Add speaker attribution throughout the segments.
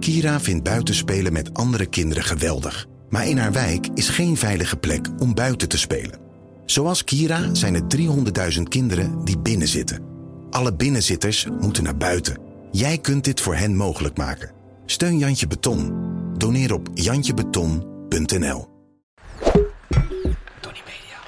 Speaker 1: Kira vindt buitenspelen met andere kinderen geweldig. Maar in haar wijk is geen veilige plek om buiten te spelen. Zoals Kira zijn er 300.000 kinderen die binnenzitten. Alle binnenzitters moeten naar buiten. Jij kunt dit voor hen mogelijk maken. Steun Jantje Beton. Doneer op jantjebeton.nl.
Speaker 2: Tony Media.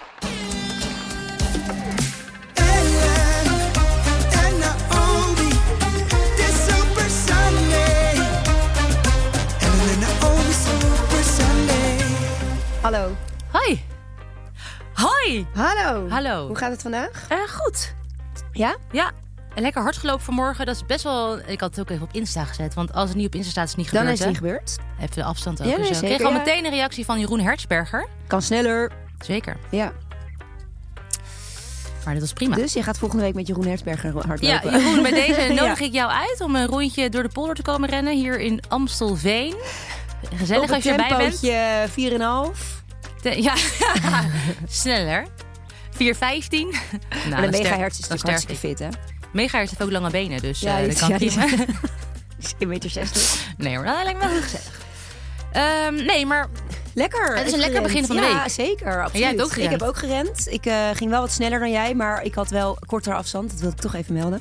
Speaker 3: Hallo.
Speaker 4: Hoi. Hoi.
Speaker 3: Hallo.
Speaker 4: Hallo.
Speaker 3: Hoe gaat het vandaag?
Speaker 4: Eh, goed.
Speaker 3: Ja?
Speaker 4: Ja. Lekker hard gelopen vanmorgen. Dat is best wel... Ik had het ook even op Insta gezet. Want als het niet op Insta staat, is het niet
Speaker 3: Dan
Speaker 4: gebeurd.
Speaker 3: is het niet
Speaker 4: hè?
Speaker 3: gebeurd.
Speaker 4: Even de afstand ook.
Speaker 3: Ja,
Speaker 4: en
Speaker 3: nee,
Speaker 4: zo. ik kreeg
Speaker 3: zeker,
Speaker 4: al
Speaker 3: ja.
Speaker 4: meteen een reactie van Jeroen Hertzberger.
Speaker 3: Kan sneller.
Speaker 4: Zeker.
Speaker 3: Ja.
Speaker 4: Maar dat was prima.
Speaker 3: Dus je gaat volgende week met Jeroen Hertzberger hardlopen.
Speaker 4: Nou. ja, Jeroen, bij deze
Speaker 3: Ja.
Speaker 4: nodig ik jou uit om een rondje door de polder te komen rennen. Hier in Amstelveen. Gezellig
Speaker 3: Op
Speaker 4: als je erbij bent. Nou,
Speaker 3: een tempootje 4,5.
Speaker 4: Te- ja, sneller. 4,15. Nou,
Speaker 3: Maar
Speaker 4: dan
Speaker 3: een Nou, megahertz
Speaker 4: sterf-
Speaker 3: is
Speaker 4: dan
Speaker 3: natuurlijk
Speaker 4: sterf ik.
Speaker 3: hartstikke fit, hè?
Speaker 4: Megahertz heeft ook lange benen, dus
Speaker 3: Ja,
Speaker 4: ja,
Speaker 3: die-
Speaker 4: dat kan
Speaker 3: ja,
Speaker 4: ja,
Speaker 3: die- Misschien meter 60.
Speaker 4: Nee hoor, dat lijkt me wel gezellig. Ehm, nee, maar
Speaker 3: Lekker.
Speaker 4: Het is
Speaker 3: Ik
Speaker 4: een lekker
Speaker 3: gerend.
Speaker 4: begin van de
Speaker 3: Ja,
Speaker 4: week.
Speaker 3: zeker. Absoluut.
Speaker 4: hebt ook
Speaker 3: ik
Speaker 4: gerend.
Speaker 3: heb ook gerend. Ik eh, ging wel wat sneller dan jij, maar ik had wel kortere afstand. Dat wil ik toch even melden.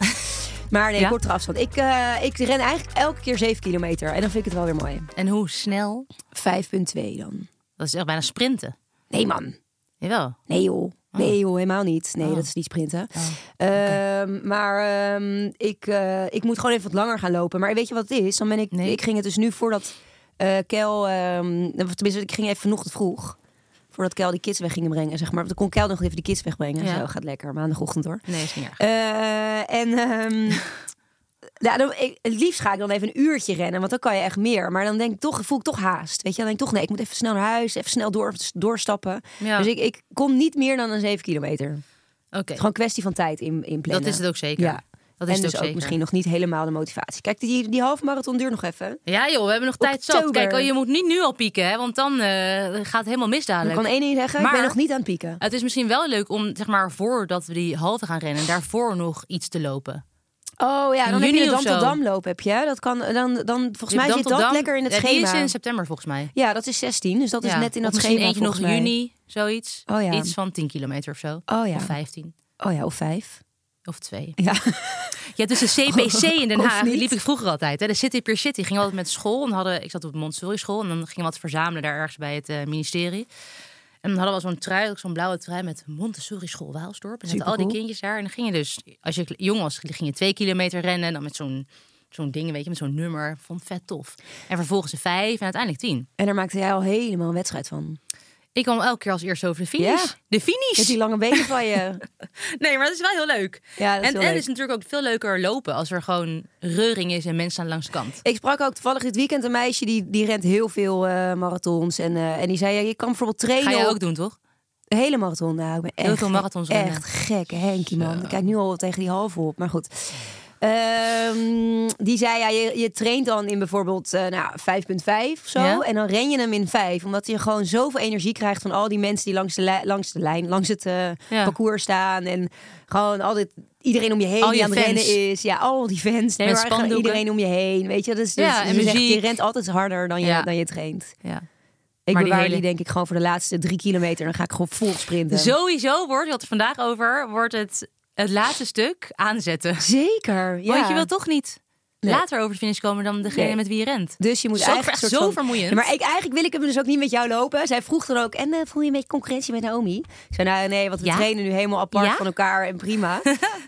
Speaker 3: Maar nee,
Speaker 4: Ja?
Speaker 3: kortere afstand. Ik, eh, ik ren eigenlijk elke keer 7 kilometer. En dan vind ik het wel weer mooi.
Speaker 4: en hoe snel?
Speaker 3: 5,2 dan.
Speaker 4: Dat is echt bijna sprinten.
Speaker 3: Nee, man.
Speaker 4: Jawel.
Speaker 3: Nee joh.
Speaker 4: Ah.
Speaker 3: Nee joh, helemaal niet. Nee, dat is niet sprinten. Ehm, maar ehm, ik, eh, ik moet gewoon even wat langer gaan lopen. Maar weet je wat het is? Dan ben ik,
Speaker 4: Nee.
Speaker 3: ik ging het dus nu voordat eh Kel... ehm, of tenminste, ik ging even vanochtend vroeg. Voordat Kel die kids weg ging brengen, zeg maar. Want dan kon Kel nog even die kids wegbrengen.
Speaker 4: Ja.
Speaker 3: Zo, gaat lekker. Maandagochtend hoor.
Speaker 4: Nee, is niet erg.
Speaker 3: Eh, en ehm, ja, dan, ik, het liefst ga ik dan even een uurtje rennen, want dan kan je echt meer. Maar dan denk ik toch, voel ik toch haast. Weet je, dan denk ik toch, nee, ik moet even snel naar huis, even snel door, doorstappen.
Speaker 4: Ja.
Speaker 3: Dus ik, ik kom niet meer dan een 7 kilometer. Het
Speaker 4: Oké,
Speaker 3: is gewoon een kwestie van tijd in, in plannen.
Speaker 4: dat is het ook zeker.
Speaker 3: Ja.
Speaker 4: Dat is
Speaker 3: en dus
Speaker 4: het ook
Speaker 3: ook,
Speaker 4: zeker.
Speaker 3: misschien nog niet helemaal de motivatie. Kijk, die, die halve marathon duurt nog even.
Speaker 4: Ja joh, we hebben nog tijd zat.
Speaker 3: Oktober.
Speaker 4: Kijk, oh, je moet niet nu al pieken, hè, want dan eh, gaat het helemaal mis
Speaker 3: Ik
Speaker 4: dadelijk.
Speaker 3: kan één ding zeggen, ik
Speaker 4: Maar-
Speaker 3: ben nog niet aan het pieken.
Speaker 4: Het is misschien wel leuk om, zeg maar, voordat we die halve gaan rennen, daarvoor nog iets te lopen.
Speaker 3: Oh ja,
Speaker 4: In
Speaker 3: dan heb je
Speaker 4: juni
Speaker 3: de
Speaker 4: of
Speaker 3: Dam tot
Speaker 4: zo.
Speaker 3: Dam loop, heb je. Dat kan, dan, dan, volgens
Speaker 4: Je hebt
Speaker 3: mij
Speaker 4: dan
Speaker 3: zit
Speaker 4: tot
Speaker 3: dat
Speaker 4: Dus dan-
Speaker 3: lekker in het
Speaker 4: ja,
Speaker 3: schema.
Speaker 4: Die is in september volgens mij.
Speaker 3: Ja, dat is 16, dus dat is
Speaker 4: Ja,
Speaker 3: net in
Speaker 4: of
Speaker 3: dat
Speaker 4: misschien
Speaker 3: schema
Speaker 4: eentje nog
Speaker 3: volgens mij.
Speaker 4: juni, zoiets.
Speaker 3: Oh ja.
Speaker 4: Iets van 10 kilometer of zo.
Speaker 3: Oh ja.
Speaker 4: Of 15.
Speaker 3: Oh ja, of vijf.
Speaker 4: Of twee.
Speaker 3: Ja.
Speaker 4: Ja, dus de CPC in Den
Speaker 3: Of
Speaker 4: Haag
Speaker 3: niet?
Speaker 4: die liep ik vroeger altijd. Hè. De City per City ging altijd met school. En hadden, ik zat op de Montessori school en dan gingen we wat verzamelen daar ergens bij het eh, ministerie. En dan hadden we zo'n trui, ook zo'n blauwe trui met Montessori school Waalsdorp. En zaten al die
Speaker 3: Supercool.
Speaker 4: kindjes daar. En dan ging je dus, als je jong was, ging je twee kilometer rennen. En dan met zo'n zo'n ding, weet je, met zo'n nummer. Vond vet tof. En vervolgens de vijf en uiteindelijk tien.
Speaker 3: En daar maakte jij al helemaal een wedstrijd van.
Speaker 4: Ik kwam elke keer als eerste over de finish.
Speaker 3: Ja.
Speaker 4: De
Speaker 3: Met
Speaker 4: finish!
Speaker 3: die lange benen van je.
Speaker 4: Nee, maar dat is wel heel leuk.
Speaker 3: Ja, dat is
Speaker 4: en
Speaker 3: heel
Speaker 4: en
Speaker 3: leuk.
Speaker 4: is natuurlijk ook veel leuker lopen als er gewoon reuring is en mensen staan langs de kant.
Speaker 3: Ik sprak ook toevallig dit weekend een meisje die, die rent heel veel eh, marathons. En, eh, en die zei: ja, Je kan bijvoorbeeld trainen.
Speaker 4: Ga jij
Speaker 3: op
Speaker 4: ook doen, toch?
Speaker 3: de hele marathon. Nou, ik ben echt,
Speaker 4: Heel veel marathons rennen.
Speaker 3: Echt gekke Henkie, man. Ik kijk nu al tegen die halve op, maar goed. Ehm, die zei: ja, je, je traint dan in bijvoorbeeld eh, nou, 5,5 of zo.
Speaker 4: Ja.
Speaker 3: En dan ren je hem in 5, omdat je gewoon zoveel energie krijgt van al die mensen die langs de, li- langs de lijn, langs het eh,
Speaker 4: Ja.
Speaker 3: parcours staan. En gewoon al dit. Iedereen om je heen
Speaker 4: Al
Speaker 3: die
Speaker 4: je
Speaker 3: aan het
Speaker 4: fans.
Speaker 3: rennen is. Ja, al die fans. Nee,
Speaker 4: Met
Speaker 3: maar gewoon
Speaker 4: spandoeken.
Speaker 3: iedereen om je heen. Weet je, dat is dus,
Speaker 4: Ja, en
Speaker 3: ze zegt, je
Speaker 4: muziek.
Speaker 3: rent altijd harder dan je,
Speaker 4: Ja.
Speaker 3: dan je traint.
Speaker 4: Ja.
Speaker 3: Ik
Speaker 4: Maar die
Speaker 3: bewaar die,
Speaker 4: hele-
Speaker 3: denk ik gewoon voor de laatste drie kilometer. Dan ga ik gewoon vol sprinten.
Speaker 4: Dus Sowieso wordt, je had het vandaag over, wordt het het laatste stuk aanzetten.
Speaker 3: Zeker. Ja.
Speaker 4: Want je wil toch niet
Speaker 3: Nee.
Speaker 4: later over de finish komen dan degene
Speaker 3: Nee.
Speaker 4: met wie je rent.
Speaker 3: Dus je moet
Speaker 4: Zo-
Speaker 3: eigenlijk
Speaker 4: echt
Speaker 3: een soort
Speaker 4: zo
Speaker 3: van-
Speaker 4: vermoeiend.
Speaker 3: Ja, maar ik, eigenlijk wil ik hem dus ook niet met jou lopen. Zij vroeg dan ook, en eh, voel je een beetje concurrentie met Naomi? Ik zei, nou nee, want we
Speaker 4: Ja?
Speaker 3: trainen nu helemaal apart
Speaker 4: Ja?
Speaker 3: van elkaar en prima.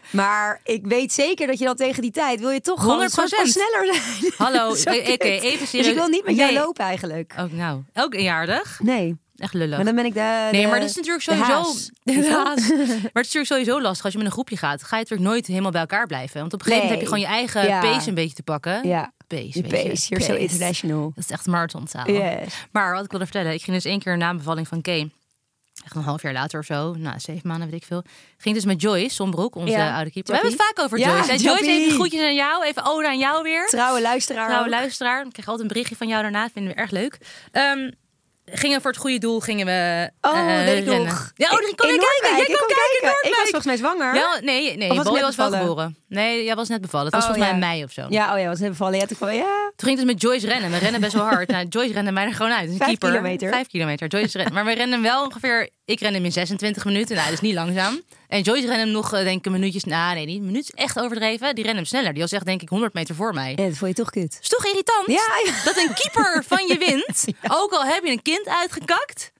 Speaker 3: maar ik weet zeker dat je dan tegen die tijd wil je toch gewoon een soort van
Speaker 4: 100%.
Speaker 3: sneller zijn.
Speaker 4: Hallo,
Speaker 3: Zo
Speaker 4: oké,
Speaker 3: kut.
Speaker 4: even
Speaker 3: Dus
Speaker 4: serieus.
Speaker 3: ik wil niet met jou
Speaker 4: Nee.
Speaker 3: lopen eigenlijk.
Speaker 4: Ook nou, elk jaardag.
Speaker 3: Nee,
Speaker 4: Echt lullig.
Speaker 3: maar dan ben ik de,
Speaker 4: Nee,
Speaker 3: de-
Speaker 4: maar dat is natuurlijk
Speaker 3: de
Speaker 4: sowieso.
Speaker 3: haas.
Speaker 4: De haas. maar het is natuurlijk sowieso lastig als je met een groepje gaat. Ga je natuurlijk nooit helemaal bij elkaar blijven. Want op een gegeven
Speaker 3: Nee.
Speaker 4: moment heb je gewoon je eigen
Speaker 3: Ja.
Speaker 4: pace een beetje te pakken.
Speaker 3: Ja.
Speaker 4: Pace.
Speaker 3: Je
Speaker 4: weet Oh.
Speaker 3: pace, you're so
Speaker 4: Pace.
Speaker 3: international.
Speaker 4: Dat is echt marathontaal.
Speaker 3: Yes.
Speaker 4: Maar wat ik wilde vertellen, ik ging dus één keer na een bevalling van Kay. Echt een half jaar later of zo, nou, zeven maanden weet ik veel. Ging dus met Joyce Sombroek, onze
Speaker 3: Ja,
Speaker 4: oude
Speaker 3: Joppie.
Speaker 4: keeper. We hebben het vaak over
Speaker 3: Ja,
Speaker 4: Joyce. hè? Joyce,
Speaker 3: Joppie.
Speaker 4: even groetjes aan jou, even ode aan jou weer. Nou,
Speaker 3: Trouwe luisteraar.
Speaker 4: Trouwe
Speaker 3: ook.
Speaker 4: luisteraar. Ik krijg altijd een berichtje van jou daarna. Vinden we erg leuk. Ehm, gingen voor het goede doel, gingen we
Speaker 3: Oh,
Speaker 4: eh,
Speaker 3: dat weet ik
Speaker 4: rennen.
Speaker 3: nog.
Speaker 4: Ja, oh, dan kon
Speaker 3: In
Speaker 4: ik kijken. Jij
Speaker 3: Noordwijk, ik
Speaker 4: kon kijken, in
Speaker 3: Ik was
Speaker 4: Noordwijk.
Speaker 3: volgens mij zwanger.
Speaker 4: Wel, nee, nee,
Speaker 3: Of was
Speaker 4: Boy
Speaker 3: net
Speaker 4: was wel
Speaker 3: bevallen?
Speaker 4: geboren. Nee, jij was net bevallen. Het was
Speaker 3: Oh,
Speaker 4: volgens mij
Speaker 3: ja.
Speaker 4: in mei of zo.
Speaker 3: Ja, oh ja, was net bevallen. Ja, toen kwam ja.
Speaker 4: Toen ging ik dus met Joyce rennen. We rennen best wel hard. Nou, Joyce rende mij er gewoon uit. Een
Speaker 3: Vijf
Speaker 4: keeper.
Speaker 3: kilometer.
Speaker 4: Vijf kilometer. Joyce rende. Maar we renden wel ongeveer... Ik rende hem in 26 minuten. Nou, dat is niet langzaam. En Joyce rende hem nog, eh, denk ik, een minuutjes... Nou, nee, niet een minuut. is Echt overdreven. Die rende hem sneller. Die was echt, denk ik, 100 meter voor mij.
Speaker 3: Ja, dat vond je toch kut.
Speaker 4: is toch irritant
Speaker 3: Ja, ja.
Speaker 4: dat een keeper van je wint. Ook al heb je een kind uitgekakt.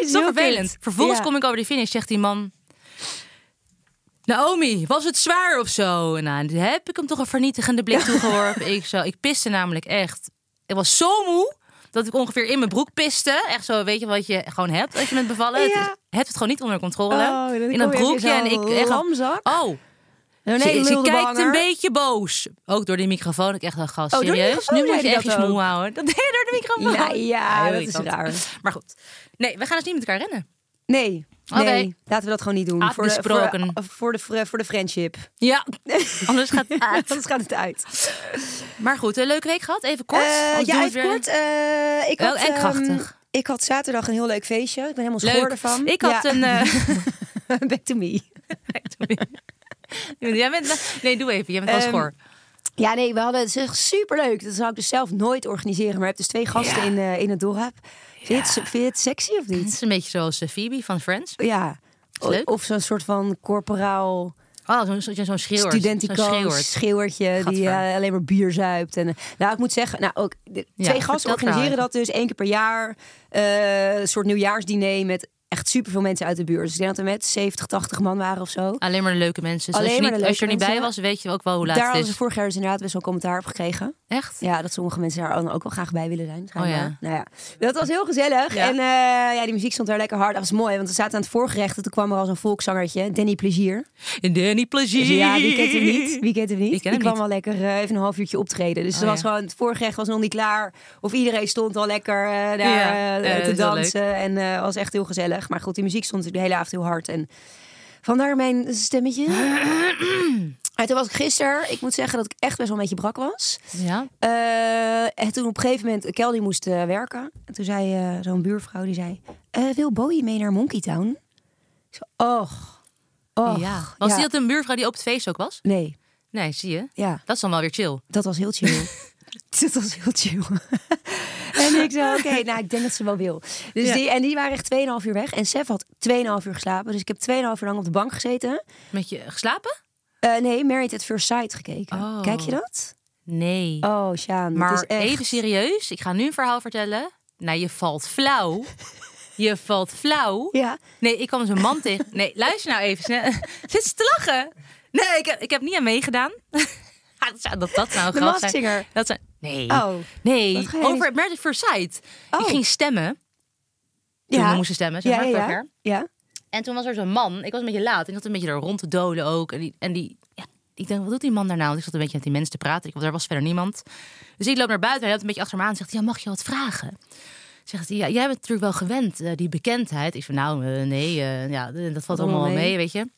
Speaker 3: is
Speaker 4: Zo
Speaker 3: heel
Speaker 4: vervelend.
Speaker 3: kut.
Speaker 4: Vervolgens
Speaker 3: Ja.
Speaker 4: kom ik over de finish, zegt die man... Naomi, was het zwaar of zo? En nou, dan heb ik hem toch een vernietigende blik toegeworpen. ik, zo, ik piste namelijk echt. Ik was zo moe dat ik ongeveer in mijn broek piste. Echt zo, weet je wat je gewoon hebt als je bent bevallen? Het
Speaker 3: Ja.
Speaker 4: is- je hebt het gewoon niet onder controle.
Speaker 3: Oh, dan
Speaker 4: in
Speaker 3: kom
Speaker 4: dat
Speaker 3: je weer
Speaker 4: broekje.
Speaker 3: zo'n
Speaker 4: En ik echt...
Speaker 3: lamzak.
Speaker 4: Oh,
Speaker 3: Nee,
Speaker 4: ze, ze
Speaker 3: lulde
Speaker 4: kijkt
Speaker 3: banger.
Speaker 4: een beetje boos. Ook door die microfoon. Ik echt een gast.
Speaker 3: Oh, door de
Speaker 4: serieus?
Speaker 3: microfoon
Speaker 4: Nu moet
Speaker 3: zei
Speaker 4: je
Speaker 3: hij
Speaker 4: echt je
Speaker 3: dat
Speaker 4: smoel houden. Dat deed je door de microfoon.
Speaker 3: Ja, ja,
Speaker 4: heel
Speaker 3: dat is
Speaker 4: irritant.
Speaker 3: raar.
Speaker 4: Maar goed. Nee, we gaan dus niet met elkaar rennen.
Speaker 3: Nee,
Speaker 4: Oké. Ah,
Speaker 3: nee, laten we dat gewoon niet doen. Voor de, voor,
Speaker 4: Afgesproken.
Speaker 3: de, voor, de, voor, de, voor de friendship.
Speaker 4: Ja. Anders gaat het uit.
Speaker 3: Anders gaat het uit.
Speaker 4: Maar goed, een leuke week gehad. Even kort.
Speaker 3: Eh,
Speaker 4: anders doen
Speaker 3: ja,
Speaker 4: we
Speaker 3: even
Speaker 4: het weer.
Speaker 3: kort. eh, ik
Speaker 4: Wel
Speaker 3: had,
Speaker 4: en
Speaker 3: ehm,
Speaker 4: krachtig.
Speaker 3: ik had zaterdag een heel leuk feestje. Ik ben helemaal
Speaker 4: Leuk.
Speaker 3: schoor ervan.
Speaker 4: Ik had
Speaker 3: Ja.
Speaker 4: een... eh,
Speaker 3: Back to me.
Speaker 4: Jij bent, nee, doe even. Jij bent wel
Speaker 3: Ehm,
Speaker 4: schor.
Speaker 3: Ja, nee, we hadden het is echt superleuk. Dat zou ik dus zelf nooit organiseren. Maar je hebt dus twee gasten in, eh, in het dorp. Vind, je het, vind je het sexy of
Speaker 4: Het
Speaker 3: niet? Oh,
Speaker 4: is een beetje zoals eh, Phoebe van Friends.
Speaker 3: Ja.
Speaker 4: Is leuk.
Speaker 3: Of zo'n soort van corporaal
Speaker 4: Oh, zo'n zo, zo'n schreeuwer.
Speaker 3: studentico
Speaker 4: Zo'n schreeuwert.
Speaker 3: schreeuwertje die
Speaker 4: Gadver.
Speaker 3: eh, alleen maar bier zuipt. En, eh, nou, ik moet zeggen, nou, ook, de,
Speaker 4: Ja,
Speaker 3: twee
Speaker 4: vertel het
Speaker 3: gasten
Speaker 4: verhaal
Speaker 3: organiseren
Speaker 4: even.
Speaker 3: dat dus één keer per jaar. eh, een soort nieuwjaarsdiner met echt superveel mensen uit de buurt. Dus ik denk dat we met 70, 80 man waren of zo.
Speaker 4: Alleen maar de leuke mensen. Dus
Speaker 3: Alleen
Speaker 4: als je,
Speaker 3: maar
Speaker 4: niet,
Speaker 3: de
Speaker 4: als je er niet
Speaker 3: leuke
Speaker 4: bij was,
Speaker 3: mensen.
Speaker 4: weet je ook wel hoe laat
Speaker 3: Daar
Speaker 4: het
Speaker 3: hadden ze
Speaker 4: is.
Speaker 3: vorig jaar dus inderdaad best wel commentaar op gekregen.
Speaker 4: Echt?
Speaker 3: Ja, dat sommige mensen daar ook wel graag bij willen zijn.
Speaker 4: Oh
Speaker 3: schijnbaar.
Speaker 4: ja.
Speaker 3: Nou ja, dat was heel gezellig.
Speaker 4: Ja.
Speaker 3: En eh, ja, die muziek stond daar lekker hard. Dat was mooi, want we zaten aan het voorgerecht. En toen kwam er al zo'n volkszangertje, Danny Plezier. Dus
Speaker 4: Danny Plezier.
Speaker 3: Ja, wie kent hem niet? Wie kent hem niet?
Speaker 4: Ik ken hem
Speaker 3: die kwam
Speaker 4: niet.
Speaker 3: al lekker eh, even een half uurtje optreden. Dus
Speaker 4: Oh
Speaker 3: er was
Speaker 4: ja.
Speaker 3: gewoon, het voorgerecht was nog niet klaar. Of iedereen stond al lekker eh, daar
Speaker 4: Ja,
Speaker 3: eh,
Speaker 4: eh, dat
Speaker 3: te
Speaker 4: is wel
Speaker 3: dansen. En eh, was echt heel gezellig. Maar goed, die muziek stond de hele avond heel hard. En vandaar mijn stemmetje. En toen was ik gisteren, ik moet zeggen dat ik echt best wel een beetje brak was.
Speaker 4: Ja.
Speaker 3: Eh, en toen op een gegeven moment, Kel die moest eh, werken. En toen zei eh, zo'n buurvrouw, die zei... "Eh, wil Bowie mee naar Monkey Town? Ik zo, och, och.
Speaker 4: ja. Was
Speaker 3: ja.
Speaker 4: die dat een buurvrouw die op het feest ook was?
Speaker 3: Nee,
Speaker 4: Nee, zie je.
Speaker 3: ja,
Speaker 4: Dat is dan wel weer chill.
Speaker 3: dat was heel chill. dat was heel chill. en ik zei, oké, nou, ik denk dat ze wel wil. Dus
Speaker 4: Ja.
Speaker 3: die, en die waren echt 2,5 uur weg. En Sef had 2,5 uur geslapen. Dus ik heb 2,5 uur lang op de bank gezeten.
Speaker 4: Met je geslapen?
Speaker 3: Eh, nee, Married at First Sight gekeken.
Speaker 4: Oh.
Speaker 3: Kijk je dat?
Speaker 4: Nee.
Speaker 3: Oh, Sjaan, het
Speaker 4: maar
Speaker 3: is echt...
Speaker 4: even serieus. Ik ga nu een verhaal vertellen. Nou, je valt flauw. Je valt flauw.
Speaker 3: Ja.
Speaker 4: Nee, ik kwam zo'n man tegen. Nee, luister nou even. snel. Zit ze te lachen? Nee, ik heb, ik heb niet aan meegedaan. Ah, dat zou- dat dat nou
Speaker 3: De
Speaker 4: grappig
Speaker 3: Masked
Speaker 4: zijn.
Speaker 3: Singer.
Speaker 4: Dat zijn. Nee.
Speaker 3: Oh.
Speaker 4: nee.
Speaker 3: Wat ga jij
Speaker 4: Over
Speaker 3: niet-
Speaker 4: het Married at First Sight. Ik
Speaker 3: Oh.
Speaker 4: ging stemmen. Toen we moesten stemmen, zeg
Speaker 3: Ja,
Speaker 4: maar,
Speaker 3: ja,
Speaker 4: vorig
Speaker 3: ja.
Speaker 4: jaar.
Speaker 3: Ja.
Speaker 4: En toen was er zo'n man. Ik was een beetje laat. Ik zat een beetje daar rond te dolen ook. En die, en die ja, ik denk, wat doet die man daarna? Want ik zat een beetje met die mensen te praten. Ik, want er was verder niemand. Dus ik loop naar buiten. Hij loopt een beetje achter me aan. En zegt, ja, mag je wat vragen? Zegt hij, ja, jij bent natuurlijk wel gewend, eh, die bekendheid. Ik zei, nou, eh, nee, eh, ja, d- dat valt allemaal wel mee. weet je.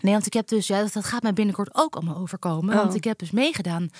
Speaker 4: Nee, want ik heb dus, ja, dat, dat gaat mij binnenkort ook allemaal overkomen. Want
Speaker 3: Oh.
Speaker 4: ik heb dus meegedaan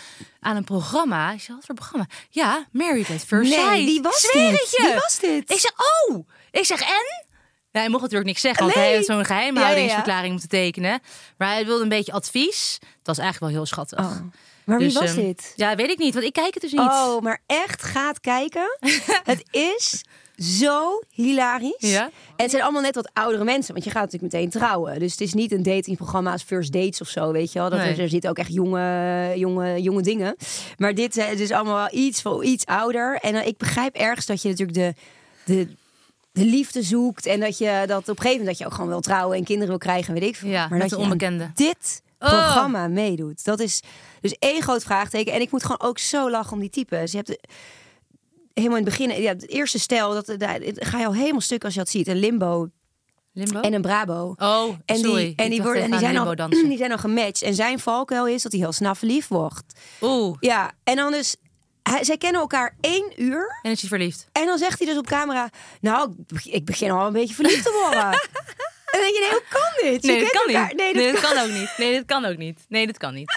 Speaker 4: aan een programma. Ik zei, wat voor programma? Ja, Married at First
Speaker 3: Nee,
Speaker 4: Sight.
Speaker 3: wie was
Speaker 4: Zweer
Speaker 3: dit?
Speaker 4: het je.
Speaker 3: Wie was dit?
Speaker 4: Ik zeg, oh! Ik zeg, en? Nou, hij mocht natuurlijk niks zeggen, want
Speaker 3: Nee.
Speaker 4: hij had zo'n geheimhoudingsverklaring
Speaker 3: Ja,
Speaker 4: moeten tekenen. Maar hij wilde een beetje advies. Dat was eigenlijk wel heel schattig.
Speaker 3: Oh. Maar wie
Speaker 4: Dus,
Speaker 3: was
Speaker 4: ehm,
Speaker 3: dit?
Speaker 4: Ja, weet ik niet, want ik kijk het dus niet.
Speaker 3: Oh, maar echt, gaat kijken. het is zo hilarisch.
Speaker 4: Ja.
Speaker 3: En het zijn allemaal net wat oudere mensen, want je gaat natuurlijk meteen trouwen. Dus het is niet een datingprogramma als First Dates of zo, weet je wel. Dat
Speaker 4: Nee.
Speaker 3: er, er zitten ook echt jonge, jonge, jonge dingen. Maar dit eh, het is allemaal wel iets, wel iets ouder. En eh, ik begrijp ergens dat je natuurlijk de... de de liefde zoekt en dat je dat op een gegeven moment dat je ook gewoon wil trouwen en kinderen wil krijgen, weet ik veel.
Speaker 4: Ja,
Speaker 3: maar
Speaker 4: met
Speaker 3: dat
Speaker 4: een
Speaker 3: je aan
Speaker 4: onbekende.
Speaker 3: dit
Speaker 4: Oh.
Speaker 3: programma meedoet. Dat is dus één groot vraagteken. En ik moet gewoon ook zo lachen om die types. Je hebt de- helemaal in het begin, ja, het eerste stel, dat, eh, daar ga je al helemaal stuk als je dat ziet. Een limbo
Speaker 4: Limbo?
Speaker 3: en een brabo.
Speaker 4: Oh,
Speaker 3: En
Speaker 4: sorry.
Speaker 3: die, en die,
Speaker 4: Ik dacht
Speaker 3: worden, en
Speaker 4: even
Speaker 3: die,
Speaker 4: aan
Speaker 3: zijn
Speaker 4: limbo
Speaker 3: al,
Speaker 4: dansen.
Speaker 3: die zijn al gematcht. En zijn valkuil is dat hij heel snel verliefd wordt.
Speaker 4: Oeh,
Speaker 3: Ja, en dan dus... Hij, zij kennen elkaar één uur.
Speaker 4: en is hij verliefd?
Speaker 3: En dan zegt hij dus op camera: Nou, ik beg- ik begin al een beetje verliefd te worden. en dan denk je: Nee, hoe kan dit? Je
Speaker 4: Nee, dat
Speaker 3: kent
Speaker 4: kan
Speaker 3: elkaar.
Speaker 4: niet.
Speaker 3: Nee, dat kan
Speaker 4: ook niet. Nee, dat kan ook niet. Nee, dat kan niet.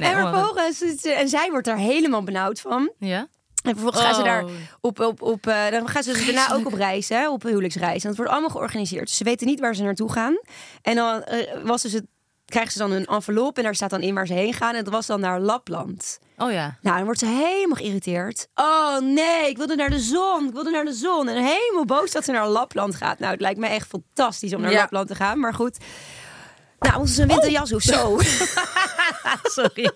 Speaker 4: Nee,
Speaker 3: En
Speaker 4: oh my
Speaker 3: eh,
Speaker 4: god.
Speaker 3: vervolgens, is ze- en zij wordt daar helemaal benauwd van.
Speaker 4: Ja?
Speaker 3: En vervolgens gaan ze
Speaker 4: Oh.
Speaker 3: daar op, op, op eh, dan gaan ze dus daarna ook op reis, hè, op huwelijksreis. En dat wordt allemaal georganiseerd. Dus ze weten niet waar ze naartoe gaan. En dan eh, was dus het, krijgen ze dan een envelop en daar staat dan in waar ze heen gaan. En dat was dan naar Lapland.
Speaker 4: Oh ja.
Speaker 3: Nou, dan wordt ze helemaal geïrriteerd. Oh nee, ik wilde naar de zon. Ik wilde naar de zon. En helemaal boos dat ze naar Lapland gaat. Nou, het lijkt me echt fantastisch om naar
Speaker 4: Ja.
Speaker 3: Lapland te gaan. Maar goed. Nou, onze een winterjas of zo. Ah,
Speaker 4: Sorry.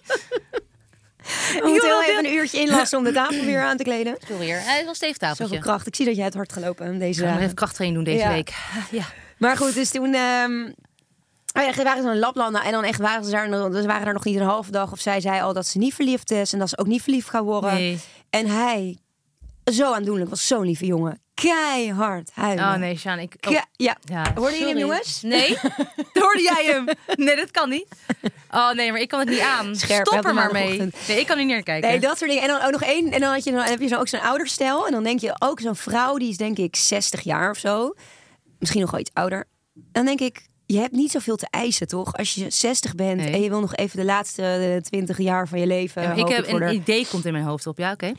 Speaker 3: We moeten heel even een uurtje inlassen om de tafel weer aan te kleden.
Speaker 4: Sorry hoor. Hij is wel een
Speaker 3: Zoveel
Speaker 4: tafeltje.
Speaker 3: kracht. Ik zie dat jij het hard gelopen deze
Speaker 4: Ik ga nog
Speaker 3: dagen.
Speaker 4: even krachttraining doen deze
Speaker 3: Ja.
Speaker 4: week. Ja.
Speaker 3: Maar goed, dus toen ehm oh ja, waren ze in Lapland nou, en dan echt waren ze daar, ze waren er nog niet een halve dag. Of zij zei al dat ze niet verliefd is en dat ze ook niet verliefd gaat worden.
Speaker 4: Nee.
Speaker 3: En hij, zo aandoenlijk, was zo'n lieve jongen. Keihard huilen.
Speaker 4: Oh nee, Sjaan. Ik... oh.
Speaker 3: Ke- ja.
Speaker 4: Ja,
Speaker 3: Hoorden jullie hem,
Speaker 4: sorry.
Speaker 3: jongens?
Speaker 4: Nee.
Speaker 3: Hoorde jij hem?
Speaker 4: Nee, dat kan niet. Oh nee, maar ik kan het niet aan.
Speaker 3: Scherp,
Speaker 4: Stop
Speaker 3: elke
Speaker 4: er maar mee.
Speaker 3: maandagochtend.
Speaker 4: Nee, ik kan niet neerkijken.
Speaker 3: Nee, dat soort dingen. En dan ook nog één. En dan, had je, dan heb je zo ook zo'n ouderstijl. En dan denk je ook zo'n vrouw, die is denk ik 60 jaar of zo. Misschien nog wel iets ouder. Dan denk ik, je hebt niet zoveel te eisen, toch? Als je 60 bent
Speaker 4: Nee.
Speaker 3: en je wil nog even de laatste eh, 20 jaar van je leven.
Speaker 4: Ja, maar ik
Speaker 3: hoop
Speaker 4: heb
Speaker 3: voor
Speaker 4: een
Speaker 3: er-
Speaker 4: idee komt in mijn hoofd op. Ja, oké.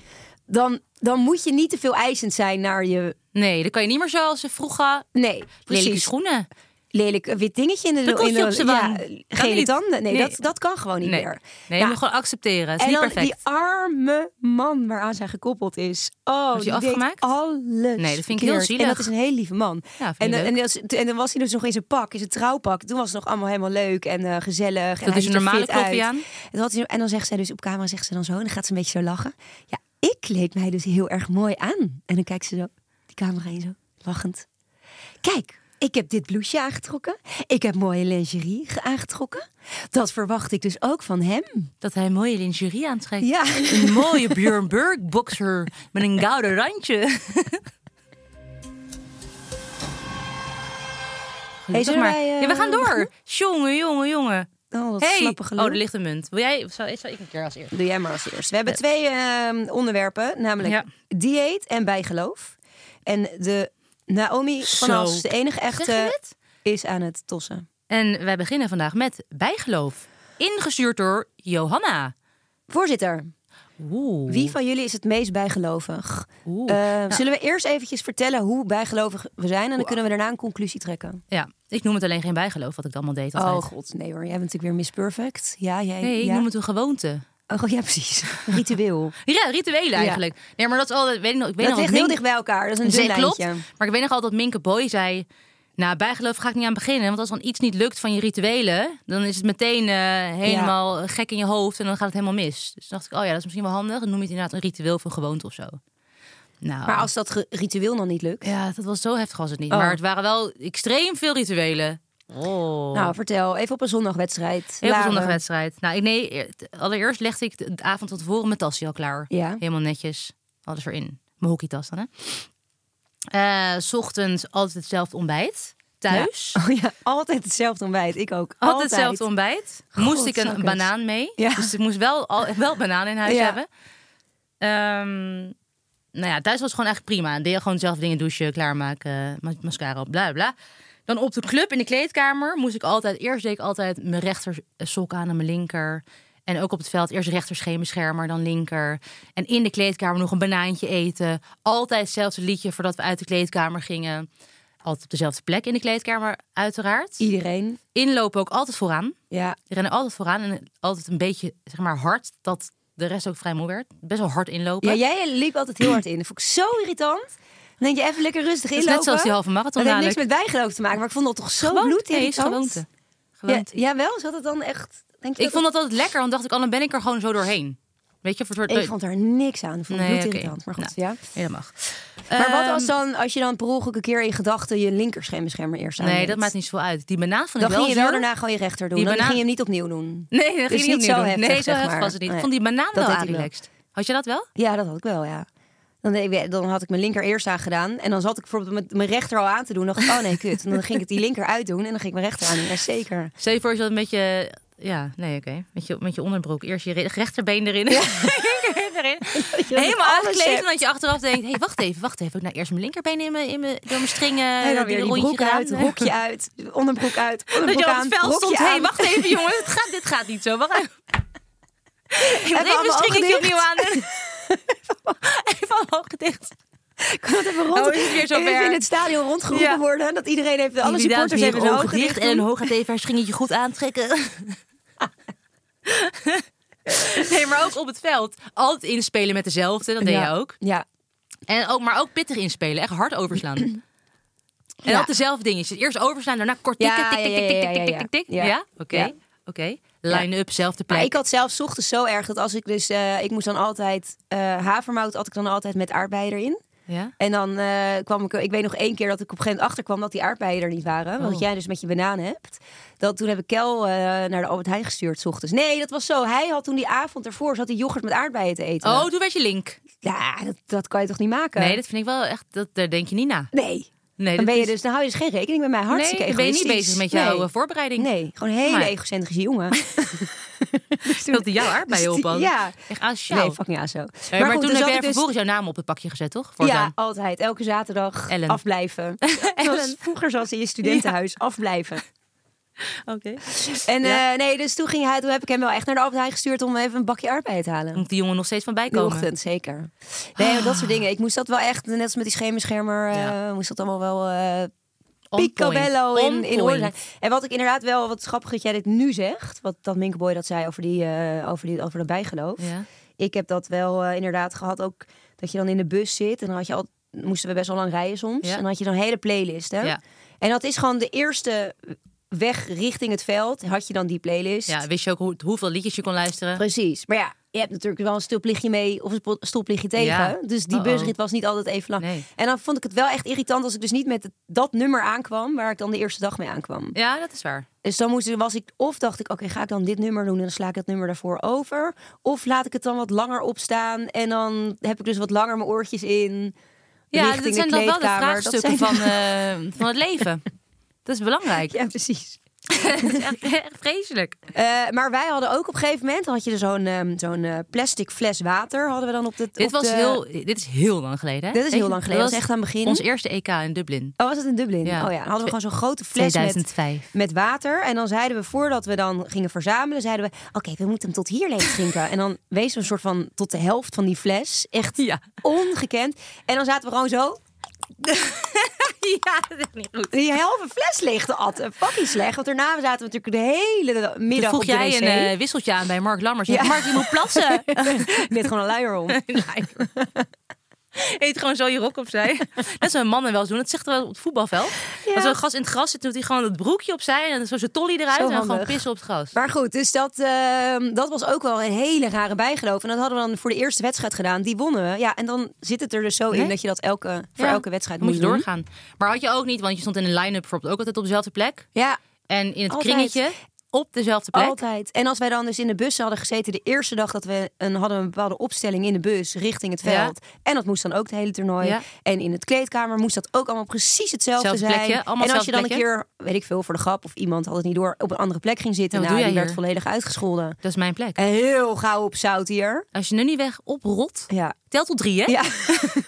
Speaker 3: dan, dan moet je niet te veel eisend zijn naar je.
Speaker 4: Nee, dan kan je niet meer zo als ze vroeger.
Speaker 3: Nee,
Speaker 4: Lelijke
Speaker 3: precies.
Speaker 4: schoenen.
Speaker 3: Lelijk eh, wit dingetje in de
Speaker 4: Prikkeltje
Speaker 3: in de-
Speaker 4: op
Speaker 3: ja,
Speaker 4: z'n wang. Kan
Speaker 3: Gele
Speaker 4: niet.
Speaker 3: tanden. Nee,
Speaker 4: Nee.
Speaker 3: Dat, dat kan gewoon niet
Speaker 4: Nee,
Speaker 3: meer. Nou,
Speaker 4: nee
Speaker 3: Ja.
Speaker 4: je moet gewoon accepteren. Het is
Speaker 3: en
Speaker 4: niet
Speaker 3: dan
Speaker 4: perfect.
Speaker 3: die arme man waaraan zij gekoppeld is. Oh,
Speaker 4: hij
Speaker 3: die
Speaker 4: afgemaakt?
Speaker 3: Deed alles.
Speaker 4: Nee, dat vind ik heel
Speaker 3: verkeerd.
Speaker 4: zielig.
Speaker 3: En dat is een heel lieve man.
Speaker 4: Ja, vind ik
Speaker 3: en, dan-
Speaker 4: leuk.
Speaker 3: en, dat is- en dan was hij dus nog in zijn pak, in zijn trouwpak. Toen was het nog allemaal helemaal leuk en eh, gezellig. en
Speaker 4: is
Speaker 3: hij
Speaker 4: een
Speaker 3: ziet er
Speaker 4: normale
Speaker 3: fit uit.
Speaker 4: Kloviaan.
Speaker 3: En, toen had hij- en dan zegt zij dus op camera, zegt ze dan zo, en dan gaat ze een beetje zo lachen. Ja, ik kleed mij dus heel erg mooi aan. En dan kijkt ze zo, die camera in zo, lachend. Kijk, ik heb dit blouseje aangetrokken. Ik heb mooie lingerie ge- aangetrokken. Dat verwacht ik dus ook van hem.
Speaker 4: Dat hij een mooie lingerie aantrekt.
Speaker 3: Ja.
Speaker 4: Een mooie Björn Borg boxer met een gouden randje.
Speaker 3: Hey,
Speaker 4: Zeg
Speaker 3: zullen
Speaker 4: maar.
Speaker 3: wij, eh,
Speaker 4: ja, we gaan door. Jongen, jongen, jongen.
Speaker 3: Oh, wat
Speaker 4: Hey.
Speaker 3: slappe
Speaker 4: Oh,
Speaker 3: gelul.
Speaker 4: er ligt een munt. Wil jij, zou, zou ik een keer als eerst?
Speaker 3: Doe jij maar als eerst. We hebben twee ehm, onderwerpen, namelijk
Speaker 4: Ja.
Speaker 3: dieet en bijgeloof. En de Naomi van
Speaker 4: Zo.
Speaker 3: As, de enige
Speaker 4: Zeg je
Speaker 3: echte,
Speaker 4: het?
Speaker 3: is aan het tossen.
Speaker 4: En wij beginnen vandaag met bijgeloof. Ingestuurd door Johanna.
Speaker 3: Voorzitter,
Speaker 4: Oeh.
Speaker 3: wie van jullie is het meest bijgelovig?
Speaker 4: Oeh.
Speaker 3: Eh, Zullen we eerst eventjes vertellen hoe bijgelovig we zijn? En dan kunnen we daarna een conclusie trekken.
Speaker 4: Ja, ik noem het alleen geen bijgeloof, wat ik dan allemaal deed altijd.
Speaker 3: Oh god, nee hoor. Jij bent natuurlijk weer Miss Perfect. Ja, jij.
Speaker 4: nee, ik
Speaker 3: ja.
Speaker 4: noem het een gewoonte.
Speaker 3: Oh ja, precies. Ritueel.
Speaker 4: Ja, rituelen eigenlijk. Nee, maar dat is al, weet ik nog, ik weet
Speaker 3: dat
Speaker 4: nog
Speaker 3: ligt heel
Speaker 4: Mink-
Speaker 3: dicht bij elkaar. Dat is een
Speaker 4: Ze-
Speaker 3: dun
Speaker 4: klopt.
Speaker 3: lijntje.
Speaker 4: Maar ik weet nog altijd dat Minke Boy zei... Nou, bijgeloof ga ik niet aan beginnen. Want als dan iets niet lukt van je rituelen... dan is het meteen eh, helemaal gek in je hoofd en dan gaat het helemaal mis. Dus toen dacht ik, oh ja, dat is misschien wel handig. Dan noem je het inderdaad een ritueel van gewoonte of zo. Nou,
Speaker 3: Maar als dat ge- ritueel dan niet lukt?
Speaker 4: ja, dat was zo heftig was het niet.
Speaker 3: Oh.
Speaker 4: Maar het waren wel extreem veel rituelen. Oh.
Speaker 3: Nou, vertel. Even op een zondagwedstrijd.
Speaker 4: Heel veel
Speaker 3: Lara.
Speaker 4: zondagwedstrijd. Nou, ik, nee, e- t- allereerst legde ik de de avond van tevoren mijn tasje al klaar.
Speaker 3: Ja.
Speaker 4: Helemaal netjes. Alles erin. Mijn hockeytas dan, hè. Eh, 's ochtends altijd hetzelfde ontbijt. Thuis.
Speaker 3: Ja. Oh ja, altijd hetzelfde ontbijt. Ik ook. Altijd,
Speaker 4: Altijd hetzelfde ontbijt. moest ik een
Speaker 3: Godzakkers.
Speaker 4: banaan mee.
Speaker 3: Ja.
Speaker 4: Dus ik moest wel, al, wel banaan in huis
Speaker 3: Ja.
Speaker 4: hebben. Ehm, nou ja, thuis was het gewoon echt prima. Dan deed je gewoon zelf dingen douchen, klaarmaken, ma- mascara op, bla bla. Dan op de club in de kleedkamer moest ik altijd... Eerst deed ik altijd mijn rechter sok aan en mijn linker. En ook op het veld eerst rechter scheenbeschermer, dan linker. En in de kleedkamer nog een banaantje eten. Altijd hetzelfde liedje voordat we uit de kleedkamer gingen. Altijd op dezelfde plek in de kleedkamer, uiteraard.
Speaker 3: Iedereen.
Speaker 4: Inlopen ook altijd vooraan.
Speaker 3: Ja.
Speaker 4: Die rennen altijd vooraan en altijd een beetje zeg maar, hard dat de rest ook vrij moe werd. Best wel hard inlopen.
Speaker 3: ja, jij liep altijd heel hard in. Dat vond ik zo irritant. Dan denk je even lekker rustig
Speaker 4: dat is
Speaker 3: inlopen.
Speaker 4: net zoals die halve marathon
Speaker 3: Dat heeft niks
Speaker 4: dadelijk.
Speaker 3: met bijgeloof te maken, maar ik vond dat toch zo
Speaker 4: Gewoon, nee,
Speaker 3: bloedirritant.
Speaker 4: is gewoonte.
Speaker 3: Ja,
Speaker 4: Gewoonte.
Speaker 3: jawel, zat het dan echt... Denk je
Speaker 4: Ik vond dat altijd lekker, want dacht ik, oh, dan ben ik er gewoon zo doorheen. Weet je, voor het
Speaker 3: dat... ik vond daar niks aan. Ik vond het
Speaker 4: Nee,
Speaker 3: bloedirritant.
Speaker 4: oké. Nou.
Speaker 3: Maar goed, ja.
Speaker 4: Nee, dat mag. Ehm,
Speaker 3: Maar wat als, dan, als je dan per ongeluk een keer in gedachten je linker scheenbeschermer eerst aan
Speaker 4: Nee, dat maakt niet zoveel uit. Die banaan vond ik
Speaker 3: nou Dan
Speaker 4: wel
Speaker 3: ging je wel
Speaker 4: zuur.
Speaker 3: daarna gewoon je rechter doen.
Speaker 4: Die
Speaker 3: Dan ging
Speaker 4: banaan-
Speaker 3: je hem niet opnieuw doen.
Speaker 4: Nee, dat
Speaker 3: Dus
Speaker 4: ging ik
Speaker 3: niet
Speaker 4: niet
Speaker 3: zo
Speaker 4: doen.
Speaker 3: heftig,
Speaker 4: Nee, zo
Speaker 3: zeg
Speaker 4: heftig
Speaker 3: maar.
Speaker 4: was het niet.
Speaker 3: Nee,
Speaker 4: Ik vond die banaan
Speaker 3: dat
Speaker 4: wel
Speaker 3: deed ik wel.
Speaker 4: relaxed. Had je dat wel?
Speaker 3: Ja, dat had ik wel, ja. Dan, deed ik- dan had ik mijn linker eerst aan gedaan. En dan zat ik bijvoorbeeld met mijn rechter al aan te doen. Dan dacht ik, oh nee, kut. En dan ging ik die linker uitdoen. En dan ging ik mijn rechter aan doen. Ja, zeker.
Speaker 4: Stel je voor dat je dat met je... Ja, nee, oké. Met, je, met je onderbroek. Eerst je re- rechterbeen erin. Linkerbeen erin. Helemaal
Speaker 3: alles
Speaker 4: aangekleed.
Speaker 3: hebt.
Speaker 4: En dat je achteraf denkt... Hé, hey, wacht even, wacht even. Heb ik nou eerst mijn linkerbeen in mijn, in mijn, door mijn stringen...
Speaker 3: En
Speaker 4: dat
Speaker 3: dan weer die
Speaker 4: rondje
Speaker 3: broek
Speaker 4: gedaan?
Speaker 3: uit, rokje uit, onderbroek uit,
Speaker 4: Dat
Speaker 3: onderbroek
Speaker 4: je op
Speaker 3: aan,
Speaker 4: het veld
Speaker 3: rokje
Speaker 4: stond. Hé,
Speaker 3: aan.
Speaker 4: hey, wacht even jongens. Het gaat, dit gaat niet zo. Wacht even. Ik moet
Speaker 3: allemaal
Speaker 4: even een stringetje
Speaker 3: ogen
Speaker 4: opnieuw aan. Even omhoog gedicht.
Speaker 3: Ik kan het even rond.
Speaker 4: Oh, is het weer zover?
Speaker 3: Even in het stadion rondgeroepen
Speaker 4: Ja.
Speaker 3: worden. Dat iedereen heeft, alle
Speaker 4: Die dames
Speaker 3: supporters hebben
Speaker 4: hier
Speaker 3: hun
Speaker 4: ogen
Speaker 3: ogen dicht.
Speaker 4: en een hoog gaat schingetje goed aantrekken. nee, maar ook op het veld. Altijd inspelen met dezelfde, dat deed
Speaker 3: Ja.
Speaker 4: je ook.
Speaker 3: Ja.
Speaker 4: En ook. Maar ook pittig inspelen, echt hard overslaan. En
Speaker 3: Ja.
Speaker 4: altijd dezelfde dingetjes. Eerst overslaan, daarna kort
Speaker 3: Ja,
Speaker 4: tikken, tik, tik,
Speaker 3: ja, ja,
Speaker 4: tik, tik,
Speaker 3: ja,
Speaker 4: tik,
Speaker 3: ja,
Speaker 4: tik,
Speaker 3: ja.
Speaker 4: tik, tik.
Speaker 3: Ja.
Speaker 4: Ja, oké.
Speaker 3: Ja.
Speaker 4: Oké. Line-up, zelfde
Speaker 3: Maar ik
Speaker 4: plek.
Speaker 3: had zelf 's ochtends zo erg dat als ik dus... eh, ik moest dan altijd... eh, havermout had ik dan altijd met aardbeien erin.
Speaker 4: Ja.
Speaker 3: En dan eh, kwam ik, ik weet nog één keer dat ik op een gegeven moment achterkwam dat die aardbeien er niet waren. Want
Speaker 4: Oh.
Speaker 3: jij dus met je bananen hebt. Dat toen heb ik Kel eh, naar de Albert Heijn gestuurd, 's ochtends. Nee, dat was zo. Hij had toen die avond ervoor, zat hij yoghurt met aardbeien te eten.
Speaker 4: Oh, toen werd je link.
Speaker 3: Ja, dat, dat kan je toch niet maken?
Speaker 4: Nee, dat vind ik wel echt, dat, daar denk je niet na.
Speaker 3: Nee.
Speaker 4: Nee,
Speaker 3: Dan,
Speaker 4: dat
Speaker 3: ben je
Speaker 4: is-
Speaker 3: dus, dan hou je dus geen rekening met mij. Hartstikke
Speaker 4: nee, dan ben je niet
Speaker 3: egoïstisch.
Speaker 4: bezig met jouw
Speaker 3: Nee.
Speaker 4: eh, voorbereiding.
Speaker 3: Nee, gewoon een hele
Speaker 4: Maar-
Speaker 3: egocentrische jongen. Dus toen-
Speaker 4: Dat hij jouw aardbeien
Speaker 3: dus
Speaker 4: op
Speaker 3: die-
Speaker 4: had.
Speaker 3: Ja.
Speaker 4: Echt asociaal.
Speaker 3: Nee, fucking aso.
Speaker 4: Nee, Eh, maar
Speaker 3: goed,
Speaker 4: toen
Speaker 3: dus
Speaker 4: heb
Speaker 3: had
Speaker 4: jij
Speaker 3: ik dus-
Speaker 4: vervolgens jouw naam op het pakje gezet, toch?
Speaker 3: Ja,
Speaker 4: Voortaan.
Speaker 3: altijd. Elke zaterdag
Speaker 4: Ellen.
Speaker 3: afblijven. Zoals,
Speaker 4: Ellen.
Speaker 3: vroeger zoals in je studentenhuis. Afblijven.
Speaker 4: Ja, oké.
Speaker 3: En
Speaker 4: Ja.
Speaker 3: eh, nee, dus toen, ging hij, toen heb ik hem wel echt naar de Albert Heijn gestuurd... om even een bakje arbeid te halen.
Speaker 4: Moet die jongen nog steeds van
Speaker 3: In de
Speaker 4: bijkomen?
Speaker 3: ochtend, zeker. Nee, maar dat soort dingen. Ik moest dat wel echt, net als met die schemerschermer... eh,
Speaker 4: Ah. Ja.
Speaker 3: moest dat allemaal wel eh,
Speaker 4: On point.
Speaker 3: picobello in,
Speaker 4: On
Speaker 3: in orde zijn.
Speaker 4: point.
Speaker 3: En wat ik inderdaad wel, wat grappig dat jij dit nu zegt, wat dat Minkenboy dat zei over, die, eh, over, die, over dat bijgeloof.
Speaker 4: Ja.
Speaker 3: Ik heb dat wel eh, inderdaad gehad, ook dat je dan in de bus zit en dan had je al, moesten we best wel lang rijden soms.
Speaker 4: Ja.
Speaker 3: En dan had je zo'n hele playlist. Hè?
Speaker 4: Ja.
Speaker 3: En dat is gewoon de eerste weg richting het veld, had je dan die playlist.
Speaker 4: ja, wist je ook hoe, hoeveel liedjes je kon luisteren?
Speaker 3: Precies. Maar ja, je hebt natuurlijk wel een stoplichtje mee of een spo- stoplichtje tegen.
Speaker 4: Ja.
Speaker 3: Dus die
Speaker 4: Uh-oh.
Speaker 3: busrit was niet altijd even lang.
Speaker 4: Nee.
Speaker 3: En dan vond ik het wel echt irritant als ik dus niet met het- dat nummer aankwam waar ik dan de eerste dag mee aankwam.
Speaker 4: Ja, dat is waar.
Speaker 3: Dus dan moest, was ik, of dacht ik, oké, ga ik dan dit nummer doen en dan sla ik dat nummer daarvoor over. Of laat ik het dan wat langer opstaan en dan heb ik dus wat langer mijn oortjes in.
Speaker 4: Ja,
Speaker 3: richting
Speaker 4: dat zijn
Speaker 3: de
Speaker 4: dan wel de
Speaker 3: kleedkamer. Dat
Speaker 4: vraagstukken
Speaker 3: zijn-
Speaker 4: van, eh, van het leven. Dat is belangrijk.
Speaker 3: Ja, precies.
Speaker 4: dat is echt, echt vreselijk.
Speaker 3: Eh, maar wij hadden ook op een gegeven moment, dan had je er zo'n ehm, zo'n eh, plastic fles water, hadden we dan op de...
Speaker 4: Dit,
Speaker 3: op
Speaker 4: was
Speaker 3: de-
Speaker 4: heel, dit is heel lang geleden. hè?
Speaker 3: Dit is heel
Speaker 4: Echt,
Speaker 3: lang geleden, dat is echt aan het begin.
Speaker 4: Ons eerste EK in Dublin.
Speaker 3: Oh, was het in Dublin?
Speaker 4: Ja.
Speaker 3: Oh ja, dan hadden we gewoon zo'n grote fles met,
Speaker 4: 2005.
Speaker 3: met water. En dan zeiden we, voordat we dan gingen verzamelen, zeiden we... Oké, we moeten hem tot hier leeg drinken. en dan wezen we een soort van tot de helft van die fles. Echt
Speaker 4: Ja.
Speaker 3: ongekend. En dan zaten we gewoon zo
Speaker 4: ja, dat is niet goed.
Speaker 3: die halve fles leeg te atten. Fucking slecht. Want daarna zaten we natuurlijk de hele
Speaker 4: Toen
Speaker 3: middag
Speaker 4: vroeg
Speaker 3: op de
Speaker 4: jij
Speaker 3: wc.
Speaker 4: een eh, wisseltje aan bij Mark Lammers. Je
Speaker 3: Ja.
Speaker 4: zegt, Mark, je moet plassen.
Speaker 3: Net gewoon een luier om.
Speaker 4: Eet gewoon zo je rok opzij. Dat zijn mannen wel eens doen. Dat zegt wel op het voetbalveld.
Speaker 3: Ja.
Speaker 4: Als er een gast in het gras zit, doet hij gewoon het broekje opzij. En dan zo zijn tolly eruit.
Speaker 3: Zo
Speaker 4: en dan gewoon
Speaker 3: handig.
Speaker 4: pissen op het gras.
Speaker 3: Maar goed, dus dat, ehm, dat was ook wel een hele rare bijgeloof. En dat hadden we dan voor de eerste wedstrijd gedaan. Die wonnen we. Ja, en dan zit het er dus zo
Speaker 4: Nee?
Speaker 3: in dat je dat elke, voor
Speaker 4: Ja.
Speaker 3: elke wedstrijd
Speaker 4: Dan
Speaker 3: moet
Speaker 4: moet je
Speaker 3: doen.
Speaker 4: doorgaan. Maar had je ook niet, want je stond in een line-up bijvoorbeeld ook altijd op dezelfde plek.
Speaker 3: Ja,
Speaker 4: En in het
Speaker 3: Altijd.
Speaker 4: kringetje op dezelfde plek.
Speaker 3: Altijd. En als wij dan dus in de bus hadden gezeten, de eerste dag dat we een, hadden we een bepaalde opstelling in de bus richting het
Speaker 4: Ja.
Speaker 3: veld. En dat moest dan ook het hele toernooi.
Speaker 4: Ja.
Speaker 3: En in het kleedkamer moest dat ook allemaal precies hetzelfde
Speaker 4: Zelfde
Speaker 3: zijn.
Speaker 4: plekje, allemaal
Speaker 3: en als je dan
Speaker 4: hetzelfde
Speaker 3: een keer, weet ik veel, voor de grap of iemand had het niet door, op een andere plek ging zitten,
Speaker 4: Ja, wat
Speaker 3: nou,
Speaker 4: doe
Speaker 3: die
Speaker 4: jij
Speaker 3: werd
Speaker 4: hier?
Speaker 3: volledig uitgescholden.
Speaker 4: Dat is mijn plek.
Speaker 3: En heel gauw op zout hier.
Speaker 4: Als je nu niet weg oprot,
Speaker 3: Ja.
Speaker 4: tel tot drie hè?
Speaker 3: Ja.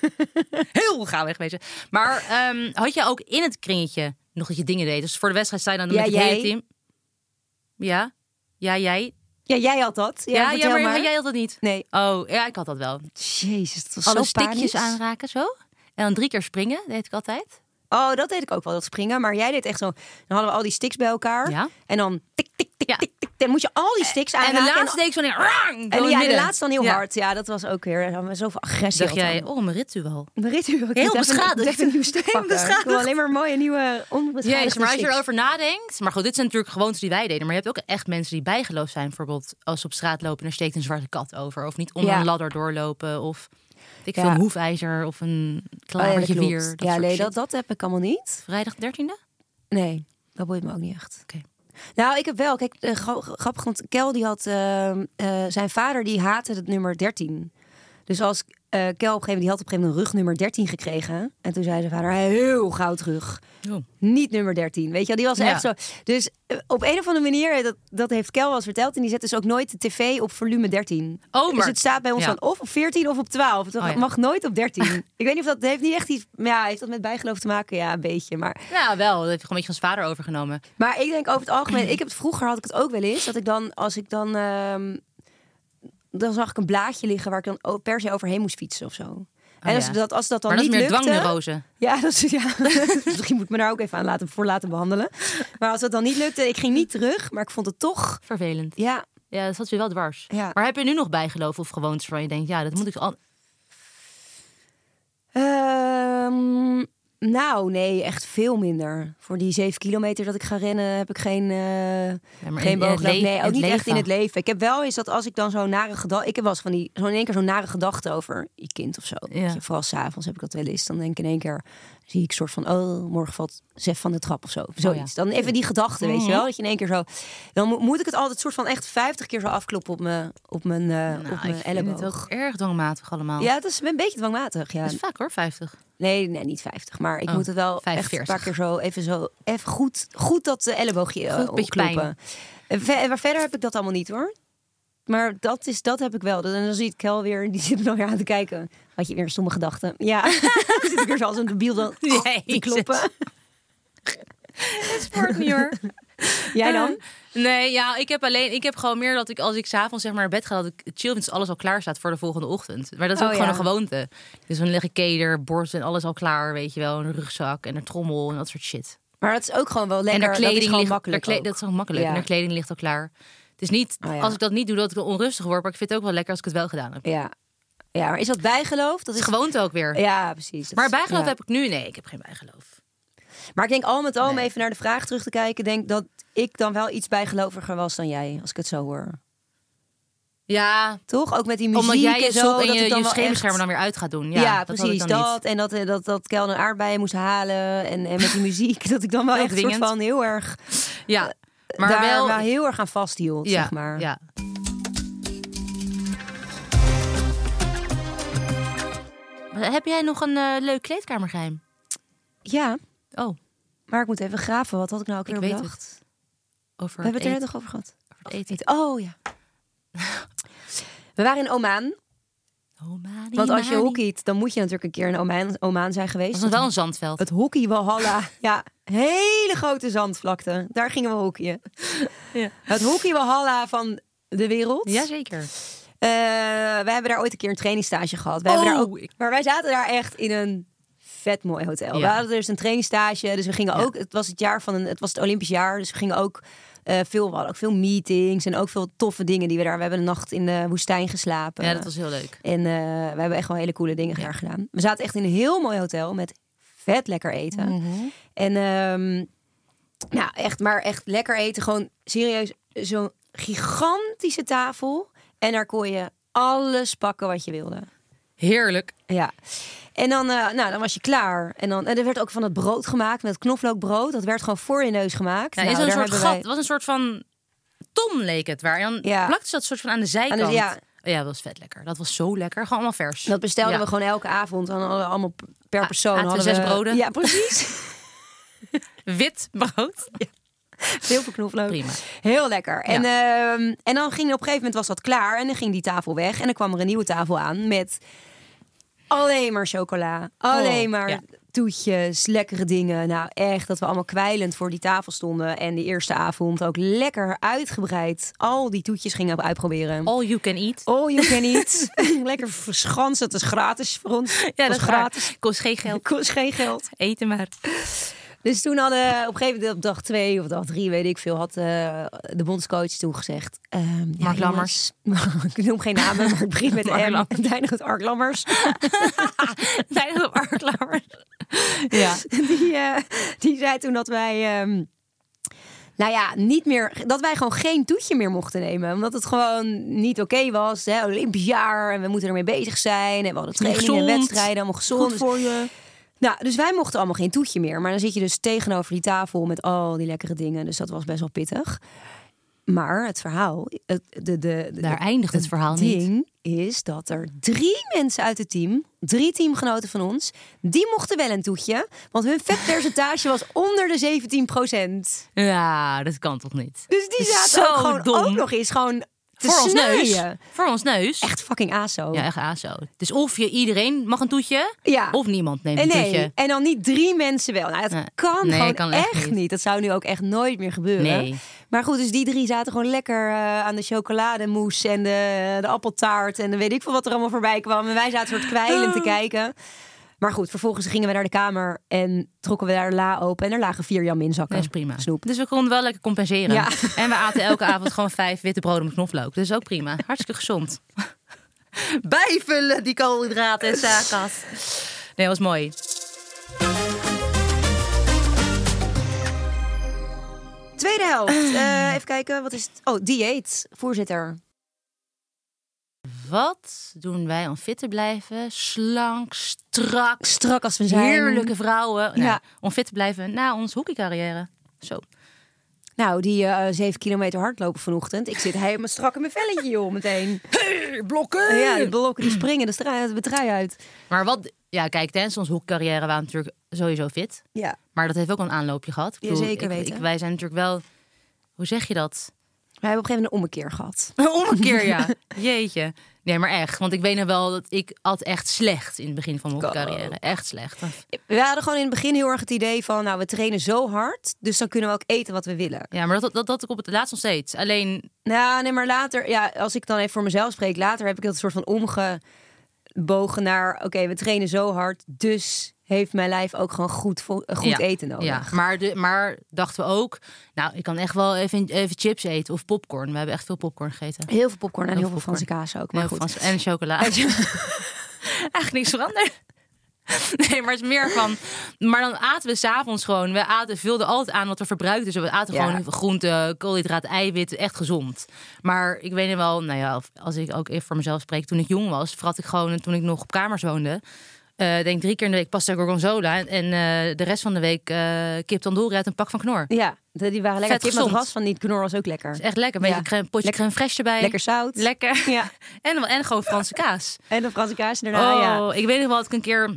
Speaker 4: Heel gauw wegwezen. Maar ehm, had je ook in het kringetje nog dat je dingen deed? Dus voor de wedstrijd sta je dan
Speaker 3: Ja,
Speaker 4: met het
Speaker 3: jij.
Speaker 4: hele team. Ja, ja, jij.
Speaker 3: ja, jij had dat. Ja,
Speaker 4: Ja, ja,
Speaker 3: vertel
Speaker 4: maar,
Speaker 3: maar.
Speaker 4: jij had dat niet.
Speaker 3: Nee.
Speaker 4: Oh, ja, ik had dat wel.
Speaker 3: Jezus, dat was
Speaker 4: Alle
Speaker 3: zo
Speaker 4: stikjes
Speaker 3: panisch.
Speaker 4: aanraken, zo. En dan drie keer springen, dat deed ik altijd.
Speaker 3: Oh, dat deed ik ook wel, dat springen. Maar jij deed echt zo, dan hadden we al die stiks bij elkaar.
Speaker 4: Ja.
Speaker 3: En dan tik, tik, tik,
Speaker 4: Ja.
Speaker 3: tik, tik. Dan moet je al die stiks
Speaker 4: En
Speaker 3: aanraken.
Speaker 4: de
Speaker 3: en
Speaker 4: laatste deed ik zo neer.
Speaker 3: En ja, de laatste dan heel hard. Ja, dat was ook weer dan zoveel agressie.
Speaker 4: Dacht
Speaker 3: had
Speaker 4: jij,
Speaker 3: dan.
Speaker 4: oh, mijn ritueel.
Speaker 3: Mijn rit wil ik
Speaker 4: Heel
Speaker 3: niet even-
Speaker 4: beschadigd.
Speaker 3: Even, een nieuw stuk
Speaker 4: Heel
Speaker 3: pakken. Ik wil
Speaker 4: beschadigd.
Speaker 3: alleen maar mooie nieuwe onbeschadigde
Speaker 4: Jezus, maar als je
Speaker 3: sticks.
Speaker 4: erover nadenkt. Maar goed, dit zijn natuurlijk gewoontes die wij deden. Maar je hebt ook echt mensen die bijgeloof zijn. Bijvoorbeeld als ze op straat lopen en er steekt een zwarte kat over. Of niet onder
Speaker 3: Ja.
Speaker 4: een ladder doorlopen. Of weet ik
Speaker 3: Ja.
Speaker 4: veel, een hoefijzer of een
Speaker 3: Oh, ja, dat
Speaker 4: klavertje
Speaker 3: klopt.
Speaker 4: wier. Dat
Speaker 3: ja,
Speaker 4: soort
Speaker 3: nee,
Speaker 4: shit.
Speaker 3: dat, dat heb ik allemaal niet.
Speaker 4: Vrijdag de 13e?
Speaker 3: Nee, dat boeit me ook niet echt.
Speaker 4: Oké.
Speaker 3: Nou, ik heb wel. Kijk, eh, gra- grappig, want Kel die had... eh, eh, zijn vader die haatte het nummer 13. Dus als eh, Kel op een gegeven moment... Die had op een gegeven moment een rugnummer 13 gekregen. En toen zei zijn vader heel gauw terug.
Speaker 4: Oh.
Speaker 3: Niet nummer 13. Weet je wel, die was
Speaker 4: Ja.
Speaker 3: echt zo. Dus eh, op een of andere manier, eh, dat, dat heeft Kel wel eens verteld. En die zet dus ook nooit de tv op volume 13.
Speaker 4: Oh,
Speaker 3: Dus
Speaker 4: maar-
Speaker 3: het staat bij ons
Speaker 4: ja.
Speaker 3: dan of op 14 of op 12. Het
Speaker 4: Oh, ja.
Speaker 3: mag nooit op 13. Ik weet niet of dat heeft niet echt iets. Ja, heeft dat met bijgeloof te maken? Ja, een beetje. Maar
Speaker 4: Ja, wel. Dat heeft gewoon een beetje van zijn vader overgenomen.
Speaker 3: maar ik denk over het algemeen, ik heb het vroeger had ik het ook wel eens dat ik dan als ik dan ehm, dan zag ik een blaadje liggen waar ik dan o- per se overheen moest fietsen of zo. en
Speaker 4: Oh ja.
Speaker 3: als, dat, als dat dan
Speaker 4: maar dat is
Speaker 3: niet
Speaker 4: meer
Speaker 3: lukte,
Speaker 4: dwangneurose.
Speaker 3: Ja, dat is, ja. misschien moet ik me daar ook even aan laten, voor laten behandelen. Maar als dat dan niet lukte, ik ging niet terug, maar ik vond het toch...
Speaker 4: Vervelend.
Speaker 3: Ja,
Speaker 4: Ja, dat zat je wel dwars.
Speaker 3: Ja. Nou,
Speaker 4: Maar heb je nu nog bijgeloof of gewoontes waar je denkt, ja, dat moet ik al...
Speaker 3: Ehm, nou nee, echt veel minder. Voor die zeven kilometer dat ik ga rennen heb ik geen, eh,
Speaker 4: maar in- in
Speaker 3: geen
Speaker 4: het
Speaker 3: boogloop.
Speaker 4: leven-
Speaker 3: Nee, ook
Speaker 4: het
Speaker 3: niet echt
Speaker 4: leven.
Speaker 3: in het leven. Ik heb wel eens dat als ik dan zo'n nare gedachte... Ik heb wel eens van die, zo in één keer zo'n nare gedachte over je kind of zo.
Speaker 4: Ja.
Speaker 3: Weet je, Vooral s'avonds heb ik dat wel eens. Dan denk ik in één keer, zie ik soort van... Oh, morgen valt Zef van de trap of zo.
Speaker 4: Oh
Speaker 3: Of Zoiets. Dan even die gedachte, weet
Speaker 4: Mhm.
Speaker 3: je wel. Dat je in één keer zo... Dan mo- moet ik het altijd soort van echt vijftig keer zo afkloppen op mijn, op mijn, eh,
Speaker 4: Nou,
Speaker 3: op mijn
Speaker 4: ik vind het
Speaker 3: elleboog.
Speaker 4: ook erg dwangmatig allemaal.
Speaker 3: Ja, het is een beetje dwangmatig. Ja.
Speaker 4: Dat is vaak hoor, 50.
Speaker 3: Nee, nee, niet 50. Maar ik
Speaker 4: Oh,
Speaker 3: moet het wel echt
Speaker 4: 45.
Speaker 3: een paar keer zo even zo even goed, goed dat eh, elleboogje eh,
Speaker 4: Goed, een beetje
Speaker 3: opkloppen. En ver- en maar verder heb ik dat allemaal niet hoor. Maar dat, is, dat heb ik wel. Dat- En dan zie ik Kel weer, die zit me dan weer aan te kijken. Had je weer een stomme gedachte? Ja, dan zit ik weer zo als een debiel dan te
Speaker 4: Jezus.
Speaker 3: kloppen.
Speaker 4: Sport niet hoor.
Speaker 3: Jij dan?
Speaker 4: Nee, ja, ik heb alleen, ik heb gewoon meer dat ik als ik s'avonds zeg maar naar bed ga, dat ik het chill vind als alles al klaar staat voor de volgende ochtend. Maar dat is
Speaker 3: Oh,
Speaker 4: ook gewoon
Speaker 3: ja.
Speaker 4: een gewoonte. Dus dan leg ik keder, borst en alles al klaar, weet je wel, een rugzak en een trommel en dat soort shit.
Speaker 3: Maar dat is ook gewoon wel lekker.
Speaker 4: en haar kleding
Speaker 3: dat is gewoon
Speaker 4: ligt,
Speaker 3: makkelijk
Speaker 4: haar kle-
Speaker 3: ook.
Speaker 4: dat is gewoon makkelijk.
Speaker 3: Ja.
Speaker 4: En haar kleding ligt al klaar. Het is niet,
Speaker 3: Oh, ja.
Speaker 4: als ik dat niet doe, dat ik er onrustig word, maar ik vind het ook wel lekker als ik het wel gedaan heb.
Speaker 3: Ja. ja, maar is dat bijgeloof? Dat
Speaker 4: Het
Speaker 3: is
Speaker 4: is gewoonte ook weer.
Speaker 3: Ja, precies. Dat
Speaker 4: Maar
Speaker 3: is-
Speaker 4: bijgeloof
Speaker 3: ja.
Speaker 4: heb ik nu, nee, ik heb geen bijgeloof.
Speaker 3: Maar ik denk al met al, om
Speaker 4: Nee.
Speaker 3: even naar de vraag terug te kijken, denk dat ik dan wel iets bijgeloviger was dan jij, als ik het zo hoor.
Speaker 4: Ja,
Speaker 3: Toch? Ook met die muziek
Speaker 4: omdat jij je
Speaker 3: en zo.
Speaker 4: sok en
Speaker 3: dat
Speaker 4: je,
Speaker 3: het dan
Speaker 4: je
Speaker 3: wel
Speaker 4: schermschermen
Speaker 3: echt-
Speaker 4: dan weer uit gaat doen. Ja,
Speaker 3: Ja,
Speaker 4: dat had ik
Speaker 3: precies.
Speaker 4: dan niet.
Speaker 3: dat en dat, eh, dat, dat Kel een aarbeien moest halen. En, en met die muziek. Dat ik dan wel
Speaker 4: Heel
Speaker 3: echt soort
Speaker 4: dwingend.
Speaker 3: van heel erg.
Speaker 4: Ja,
Speaker 3: Maar
Speaker 4: maar
Speaker 3: Eh, daar wel,
Speaker 4: wel...
Speaker 3: heel erg aan vasthield,
Speaker 4: ja,
Speaker 3: zeg maar.
Speaker 4: Ja. Heb jij nog een eh, leuk kleedkamergeheim?
Speaker 3: Ja,
Speaker 4: Oh,
Speaker 3: maar ik moet even graven. Wat had ik nou ook
Speaker 4: Ik
Speaker 3: weer
Speaker 4: weet
Speaker 3: bedacht?
Speaker 4: over
Speaker 3: We hebben het er net
Speaker 4: eten.
Speaker 3: nog over gehad.
Speaker 4: Over het eten.
Speaker 3: Oh ja. We waren in Oman.
Speaker 4: Oh, mani,
Speaker 3: Want als je
Speaker 4: mani.
Speaker 3: hockeyt, dan moet je natuurlijk een keer in Oman, Oman zijn geweest.
Speaker 4: Was het wel een zandveld?
Speaker 3: Het hockey Walhalla. Ja, hele grote zandvlakte. Daar gingen we hockeyen.
Speaker 4: Ja.
Speaker 3: Het hockey Walhalla van de wereld.
Speaker 4: Jazeker.
Speaker 3: Eh, we hebben daar ooit een keer een trainingstage gehad. We hebben
Speaker 4: Oh,
Speaker 3: daar ook,
Speaker 4: ik-
Speaker 3: maar wij zaten daar echt in een vet mooi hotel. We
Speaker 4: Ja.
Speaker 3: hadden dus een trainingstage. Dus we gingen ook. Het was het jaar van een, het was het Olympisch jaar. Dus we gingen ook eh, veel, we hadden ook veel meetings en ook veel toffe dingen die we daar. We hebben een nacht in de woestijn geslapen.
Speaker 4: Ja, dat was heel leuk.
Speaker 3: En eh, we hebben echt wel hele coole dingen daar gedaan. We zaten echt in een heel mooi hotel met vet lekker eten.
Speaker 4: Mhm.
Speaker 3: En ehm, nou, echt, maar echt lekker eten. Gewoon serieus zo'n gigantische tafel. En daar kon je alles pakken wat je wilde.
Speaker 4: Heerlijk.
Speaker 3: Ja. En dan, eh, nou, dan was je klaar. En, dan, en er werd ook van het brood gemaakt met knoflookbrood. Dat werd gewoon voor je neus gemaakt.
Speaker 4: Ja,
Speaker 3: Nou,
Speaker 4: in zo'n
Speaker 3: daar
Speaker 4: soort
Speaker 3: hebben
Speaker 4: gat.
Speaker 3: wij-
Speaker 4: Het was een soort van ton leek het. Waar. En dan
Speaker 3: Ja.
Speaker 4: plakte ze dat soort van aan de zijkant.
Speaker 3: ja.
Speaker 4: Oh ja, dat was vet lekker. Dat was zo lekker. Gewoon allemaal vers.
Speaker 3: Dat bestelden
Speaker 4: Ja.
Speaker 3: we gewoon elke avond. Dan hadden we allemaal per persoon.
Speaker 4: aten we
Speaker 3: hadden
Speaker 4: zes broden?
Speaker 3: Ja, precies.
Speaker 4: Wit brood.
Speaker 3: Veel veel knoflook.
Speaker 4: Prima.
Speaker 3: Heel lekker. En, ehm, en dan ging op een gegeven moment was dat klaar. En dan ging die tafel weg. En dan kwam er een nieuwe tafel aan met alleen maar chocola. Alleen
Speaker 4: Oh,
Speaker 3: maar
Speaker 4: ja.
Speaker 3: toetjes, lekkere dingen. Nou echt, dat we allemaal kwijlend voor die tafel stonden. En die eerste avond ook lekker uitgebreid. Al die toetjes gingen we uitproberen.
Speaker 4: All you can eat.
Speaker 3: Oh, je kan niet. lekker verschansen. Het is gratis voor ons. Het was
Speaker 4: is waar.
Speaker 3: gratis.
Speaker 4: Kost geen geld.
Speaker 3: Kost geen geld.
Speaker 4: Eten maar.
Speaker 3: Dus toen hadden op een gegeven moment op dag twee of dag drie, weet ik veel, had eh, de bondscoach toen gezegd. ehm, ja, jongens,
Speaker 4: Lammers.
Speaker 3: ik noem geen namen, maar ik begin met de
Speaker 4: Mark
Speaker 3: M en
Speaker 4: Lammers.
Speaker 3: het eindigt met Ark Lammers.
Speaker 4: Tijdens de arklammers. Ja.
Speaker 3: Die, eh, die zei toen dat wij. ehm, nou ja, niet meer, dat wij gewoon geen toetje meer mochten nemen. Omdat het gewoon niet oké was. Hè? Olympisch jaar en we moeten ermee bezig zijn. En we hadden
Speaker 4: niet
Speaker 3: trainingen en
Speaker 4: gezond.
Speaker 3: wedstrijden, allemaal gezond. Dus-
Speaker 4: je.
Speaker 3: Nou, dus wij mochten allemaal geen toetje meer. Maar dan zit je dus tegenover die tafel met al die lekkere dingen. Dus dat was best wel pittig. Maar het verhaal, het, de, de, de,
Speaker 4: Daar eindigt het verhaal niet.
Speaker 3: ding is dat er drie mensen uit het team, drie teamgenoten van ons, die mochten wel een toetje. Want hun vetpercentage was onder de 17
Speaker 4: Ja, dat kan toch niet?
Speaker 3: Dus die
Speaker 4: Dat is
Speaker 3: zaten ook
Speaker 4: zo
Speaker 3: gewoon
Speaker 4: dom.
Speaker 3: ook nog eens gewoon te
Speaker 4: voor ons neus.
Speaker 3: snijden.
Speaker 4: Voor ons neus.
Speaker 3: Echt fucking aso.
Speaker 4: Ja, echt ASO. Dus of je iedereen mag een toetje,
Speaker 3: Ja.
Speaker 4: of niemand neemt
Speaker 3: En
Speaker 4: een
Speaker 3: nee,
Speaker 4: toetje.
Speaker 3: en dan niet drie mensen wel. Nou, dat
Speaker 4: Nee.
Speaker 3: kan
Speaker 4: Nee,
Speaker 3: gewoon
Speaker 4: kan
Speaker 3: echt,
Speaker 4: echt
Speaker 3: niet.
Speaker 4: niet.
Speaker 3: Dat zou nu ook echt nooit meer gebeuren.
Speaker 4: Nee.
Speaker 3: Maar goed, dus die drie zaten gewoon lekker eh, aan de chocolademousse en de, de appeltaart en dan weet ik veel wat er allemaal voorbij kwam. En wij zaten soort kwijlend te
Speaker 4: Ah.
Speaker 3: kijken. Maar goed, vervolgens gingen we naar de kamer en trokken we daar de la open. En er lagen vier jaminzakken.
Speaker 4: Dat is prima.
Speaker 3: Oh, Snoep.
Speaker 4: Dus we konden wel lekker compenseren.
Speaker 3: Ja.
Speaker 4: En we aten elke avond gewoon vijf witte broden met knoflook. Dus ook prima. Hartstikke gezond. Bijvullen die koolhydraten en zakas. Nee, was mooi.
Speaker 3: Tweede helft. Eh, even kijken, wat is het? Oh, dieet, voorzitter.
Speaker 4: Wat doen wij om fit te blijven? Slank, strak,
Speaker 3: Strak als we zijn.
Speaker 4: heerlijke vrouwen. Nou,
Speaker 3: Ja.
Speaker 4: Om fit te blijven na onze hockeycarrière. Zo.
Speaker 3: Nou, die eh, zeven kilometer hardlopen vanochtend. Ik zit helemaal strak in mijn velletje, joh, meteen.
Speaker 4: Blokken!
Speaker 3: Ja, die blokken die springen de, stra- de trui uit.
Speaker 4: Maar wat, ja, kijk, tijdens onze hoekcarrière waren we natuurlijk sowieso fit.
Speaker 3: Ja.
Speaker 4: Maar dat heeft ook wel een aanloopje gehad. Ik
Speaker 3: Ja, zeker
Speaker 4: ik-
Speaker 3: weten.
Speaker 4: ik- wij zijn natuurlijk wel, hoe zeg je dat?
Speaker 3: We hebben op een gegeven moment een ommekeer gehad.
Speaker 4: Een ommekeer, ja. Jeetje. Nee, maar echt. Want ik weet nog wel dat ik at echt slecht in het begin van mijn
Speaker 3: Ik ook.
Speaker 4: hoekcarrière. Echt slecht.
Speaker 3: We hadden gewoon in het begin heel erg het idee van... nou, we trainen zo hard, dus dan kunnen we ook eten wat we willen.
Speaker 4: Ja, maar dat, dat, dat ik op het laatst nog steeds. Alleen,
Speaker 3: Nou, nee, maar later... Ja, als ik dan even voor mezelf spreek... later heb ik dat soort van omgebogen naar... oké, we trainen zo hard, dus heeft mijn lijf ook gewoon goed, vo- goed
Speaker 4: Ja,
Speaker 3: eten nodig.
Speaker 4: ja. Maar, de, maar dachten we ook, nou, ik kan echt wel even, even chips eten of popcorn. We hebben echt veel popcorn gegeten.
Speaker 3: Heel veel popcorn en heel,
Speaker 4: Heel
Speaker 3: veel
Speaker 4: veel
Speaker 3: Franse kaas ook. Maar
Speaker 4: Nee,
Speaker 3: goed.
Speaker 4: Frans- en chocola. Eigenlijk niks veranderd. Nee, maar het is meer van. Maar dan aten we s'avonds gewoon. We aten, vulden altijd aan wat we verbruikten. Dus we aten
Speaker 3: Ja.
Speaker 4: gewoon groente, koolhydraten, eiwitten. Echt gezond. Maar ik weet nog wel, nou ja, als ik ook even voor mezelf spreek. Toen ik jong was, vrat ik gewoon. Toen ik nog op kamers woonde. eh, denk drie keer in de week pasta gorgonzola. En, en eh, de rest van de week eh, kip tandoori uit een pak van knor.
Speaker 3: Ja, de- die waren lekker.
Speaker 4: Vet
Speaker 3: Kip met
Speaker 4: gezond.
Speaker 3: ras van niet knor was ook lekker.
Speaker 4: Echt lekker. Een beetje
Speaker 3: Ja.
Speaker 4: crème- potje
Speaker 3: Lek-
Speaker 4: crème fraîche erbij.
Speaker 3: Lekker zout.
Speaker 4: Lekker.
Speaker 3: Ja.
Speaker 4: En, en gewoon Franse kaas.
Speaker 3: En de Franse kaas daarna,
Speaker 4: Oh,
Speaker 3: Nou ja.
Speaker 4: ik weet nog wel dat ik een keer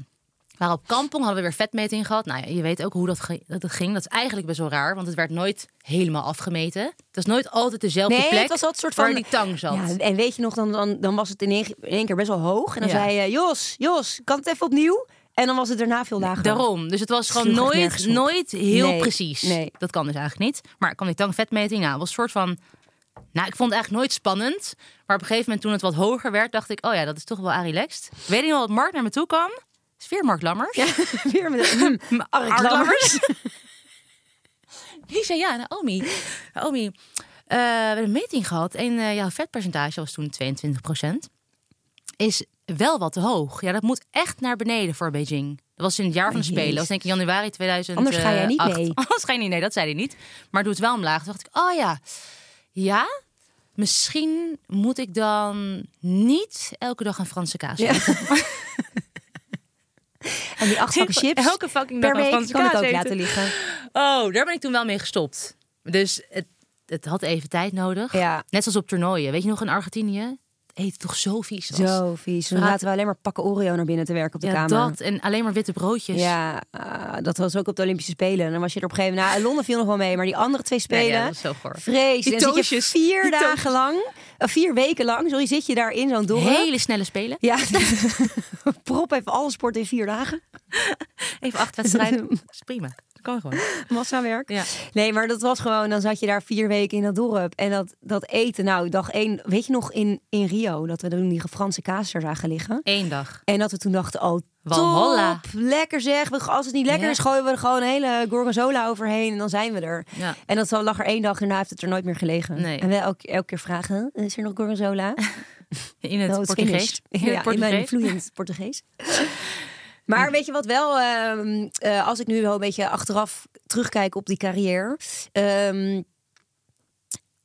Speaker 4: we waren op kampong, hadden we weer vetmeting gehad. Nou ja, je weet ook hoe dat, ge- dat het ging. Dat is eigenlijk best wel raar, want het werd nooit helemaal afgemeten. Het was nooit altijd dezelfde
Speaker 3: Nee,
Speaker 4: plek
Speaker 3: het was altijd soort
Speaker 4: waar
Speaker 3: van-
Speaker 4: die tang zat.
Speaker 3: Ja, en weet je nog, dan, dan, dan was het in één, in één keer best wel hoog. En dan
Speaker 4: Ja.
Speaker 3: zei je, Jos, Jos, kan het even opnieuw? En dan was het daarna veel lager.
Speaker 4: Daarom. Dus het was gewoon
Speaker 3: Sloeg echt
Speaker 4: nooit,
Speaker 3: nergens op.
Speaker 4: nooit heel
Speaker 3: Nee,
Speaker 4: precies.
Speaker 3: nee.
Speaker 4: Dat kan dus eigenlijk niet. Maar ik kwam die tangvetmeting aan. Het was een soort van... Nou, ik vond het eigenlijk nooit spannend. Maar op een gegeven moment toen het wat hoger werd, dacht ik... Oh ja, dat is toch wel relaxed. Weet je nog wat Mark naar me toe kwam? Is weer Mark Lammers.
Speaker 3: Weer met de mm, arklammers.
Speaker 4: Die zei ja, nou, Naomi. Naomi, eh, we hebben een meting gehad en eh, jouw vetpercentage was toen 22%. Is wel wat te hoog. Ja, dat moet echt naar beneden voor Beijing. Dat was in het jaar van de Spelen. Dat was denk ik januari 2008.
Speaker 3: Oh, Anders ga jij niet mee.
Speaker 4: Anders ga je niet nee, dat zei hij niet. Maar doe het wel omlaag. Toen dacht ik, oh ja, ja, misschien moet ik dan niet elke dag een Franse kaas
Speaker 3: Ja.
Speaker 4: eten.
Speaker 3: En die acht pakken chips
Speaker 4: Elke fucking dag
Speaker 3: per
Speaker 4: een
Speaker 3: week
Speaker 4: Franse
Speaker 3: kan ik
Speaker 4: kaas
Speaker 3: ook
Speaker 4: eten.
Speaker 3: laten liggen.
Speaker 4: Oh, daar ben ik toen wel mee gestopt. Dus het, het had even tijd nodig.
Speaker 3: Ja.
Speaker 4: Net zoals op toernooien. Weet je nog in Argentinië? Het eten toch zo vies was.
Speaker 3: Zo vies. Dan
Speaker 4: Laat-
Speaker 3: laten we alleen maar pakken Oreo naar binnen te werken op de
Speaker 4: ja,
Speaker 3: kamer.
Speaker 4: dat. En alleen maar witte broodjes.
Speaker 3: Ja, ah, dat was ook op de Olympische Spelen. En dan was je er op een gegeven moment... Nou, Londen viel nog wel mee, maar die andere twee
Speaker 4: Nee,
Speaker 3: Spelen...
Speaker 4: ja, dat is zo goor.
Speaker 3: Vrees.
Speaker 4: Die
Speaker 3: En dan zit je
Speaker 4: toosjes,
Speaker 3: vier
Speaker 4: die
Speaker 3: dagen
Speaker 4: toosjes.
Speaker 3: lang, eh, vier weken lang, sorry, zit je daar in zo'n dorp.
Speaker 4: Hele snelle spelen.
Speaker 3: Ja, prop even alle sport in vier dagen.
Speaker 4: Even acht wedstrijden. Dat is prima. Dat kan gewoon.
Speaker 3: Massawerk.
Speaker 4: Ja.
Speaker 3: Nee, maar dat was gewoon, dan zat je daar vier weken in dat dorp. En dat, dat eten, nou, dag één, weet je nog in, in Rio, dat we toen die Franse kaas er zagen liggen.
Speaker 4: Eén dag.
Speaker 3: En dat we toen dachten, oh,
Speaker 4: Walhalla.
Speaker 3: top, lekker zeg. We- Als het niet lekker
Speaker 4: Ja.
Speaker 3: is, gooien we er gewoon een hele gorgonzola overheen en dan zijn we er.
Speaker 4: Ja.
Speaker 3: En dat zo lag er één dag, daarna heeft het er nooit meer gelegen.
Speaker 4: Nee.
Speaker 3: En we elke, elke keer vragen, "Eh, is er nog gorgonzola?
Speaker 4: In het
Speaker 3: Nou, het
Speaker 4: Portugees.
Speaker 3: finished.
Speaker 4: In het
Speaker 3: Ja, in
Speaker 4: Portugees.
Speaker 3: mijn vloeiend Portugees. Maar weet je wat wel, ehm, eh, als ik nu wel een beetje achteraf terugkijk op die carrière. ehm,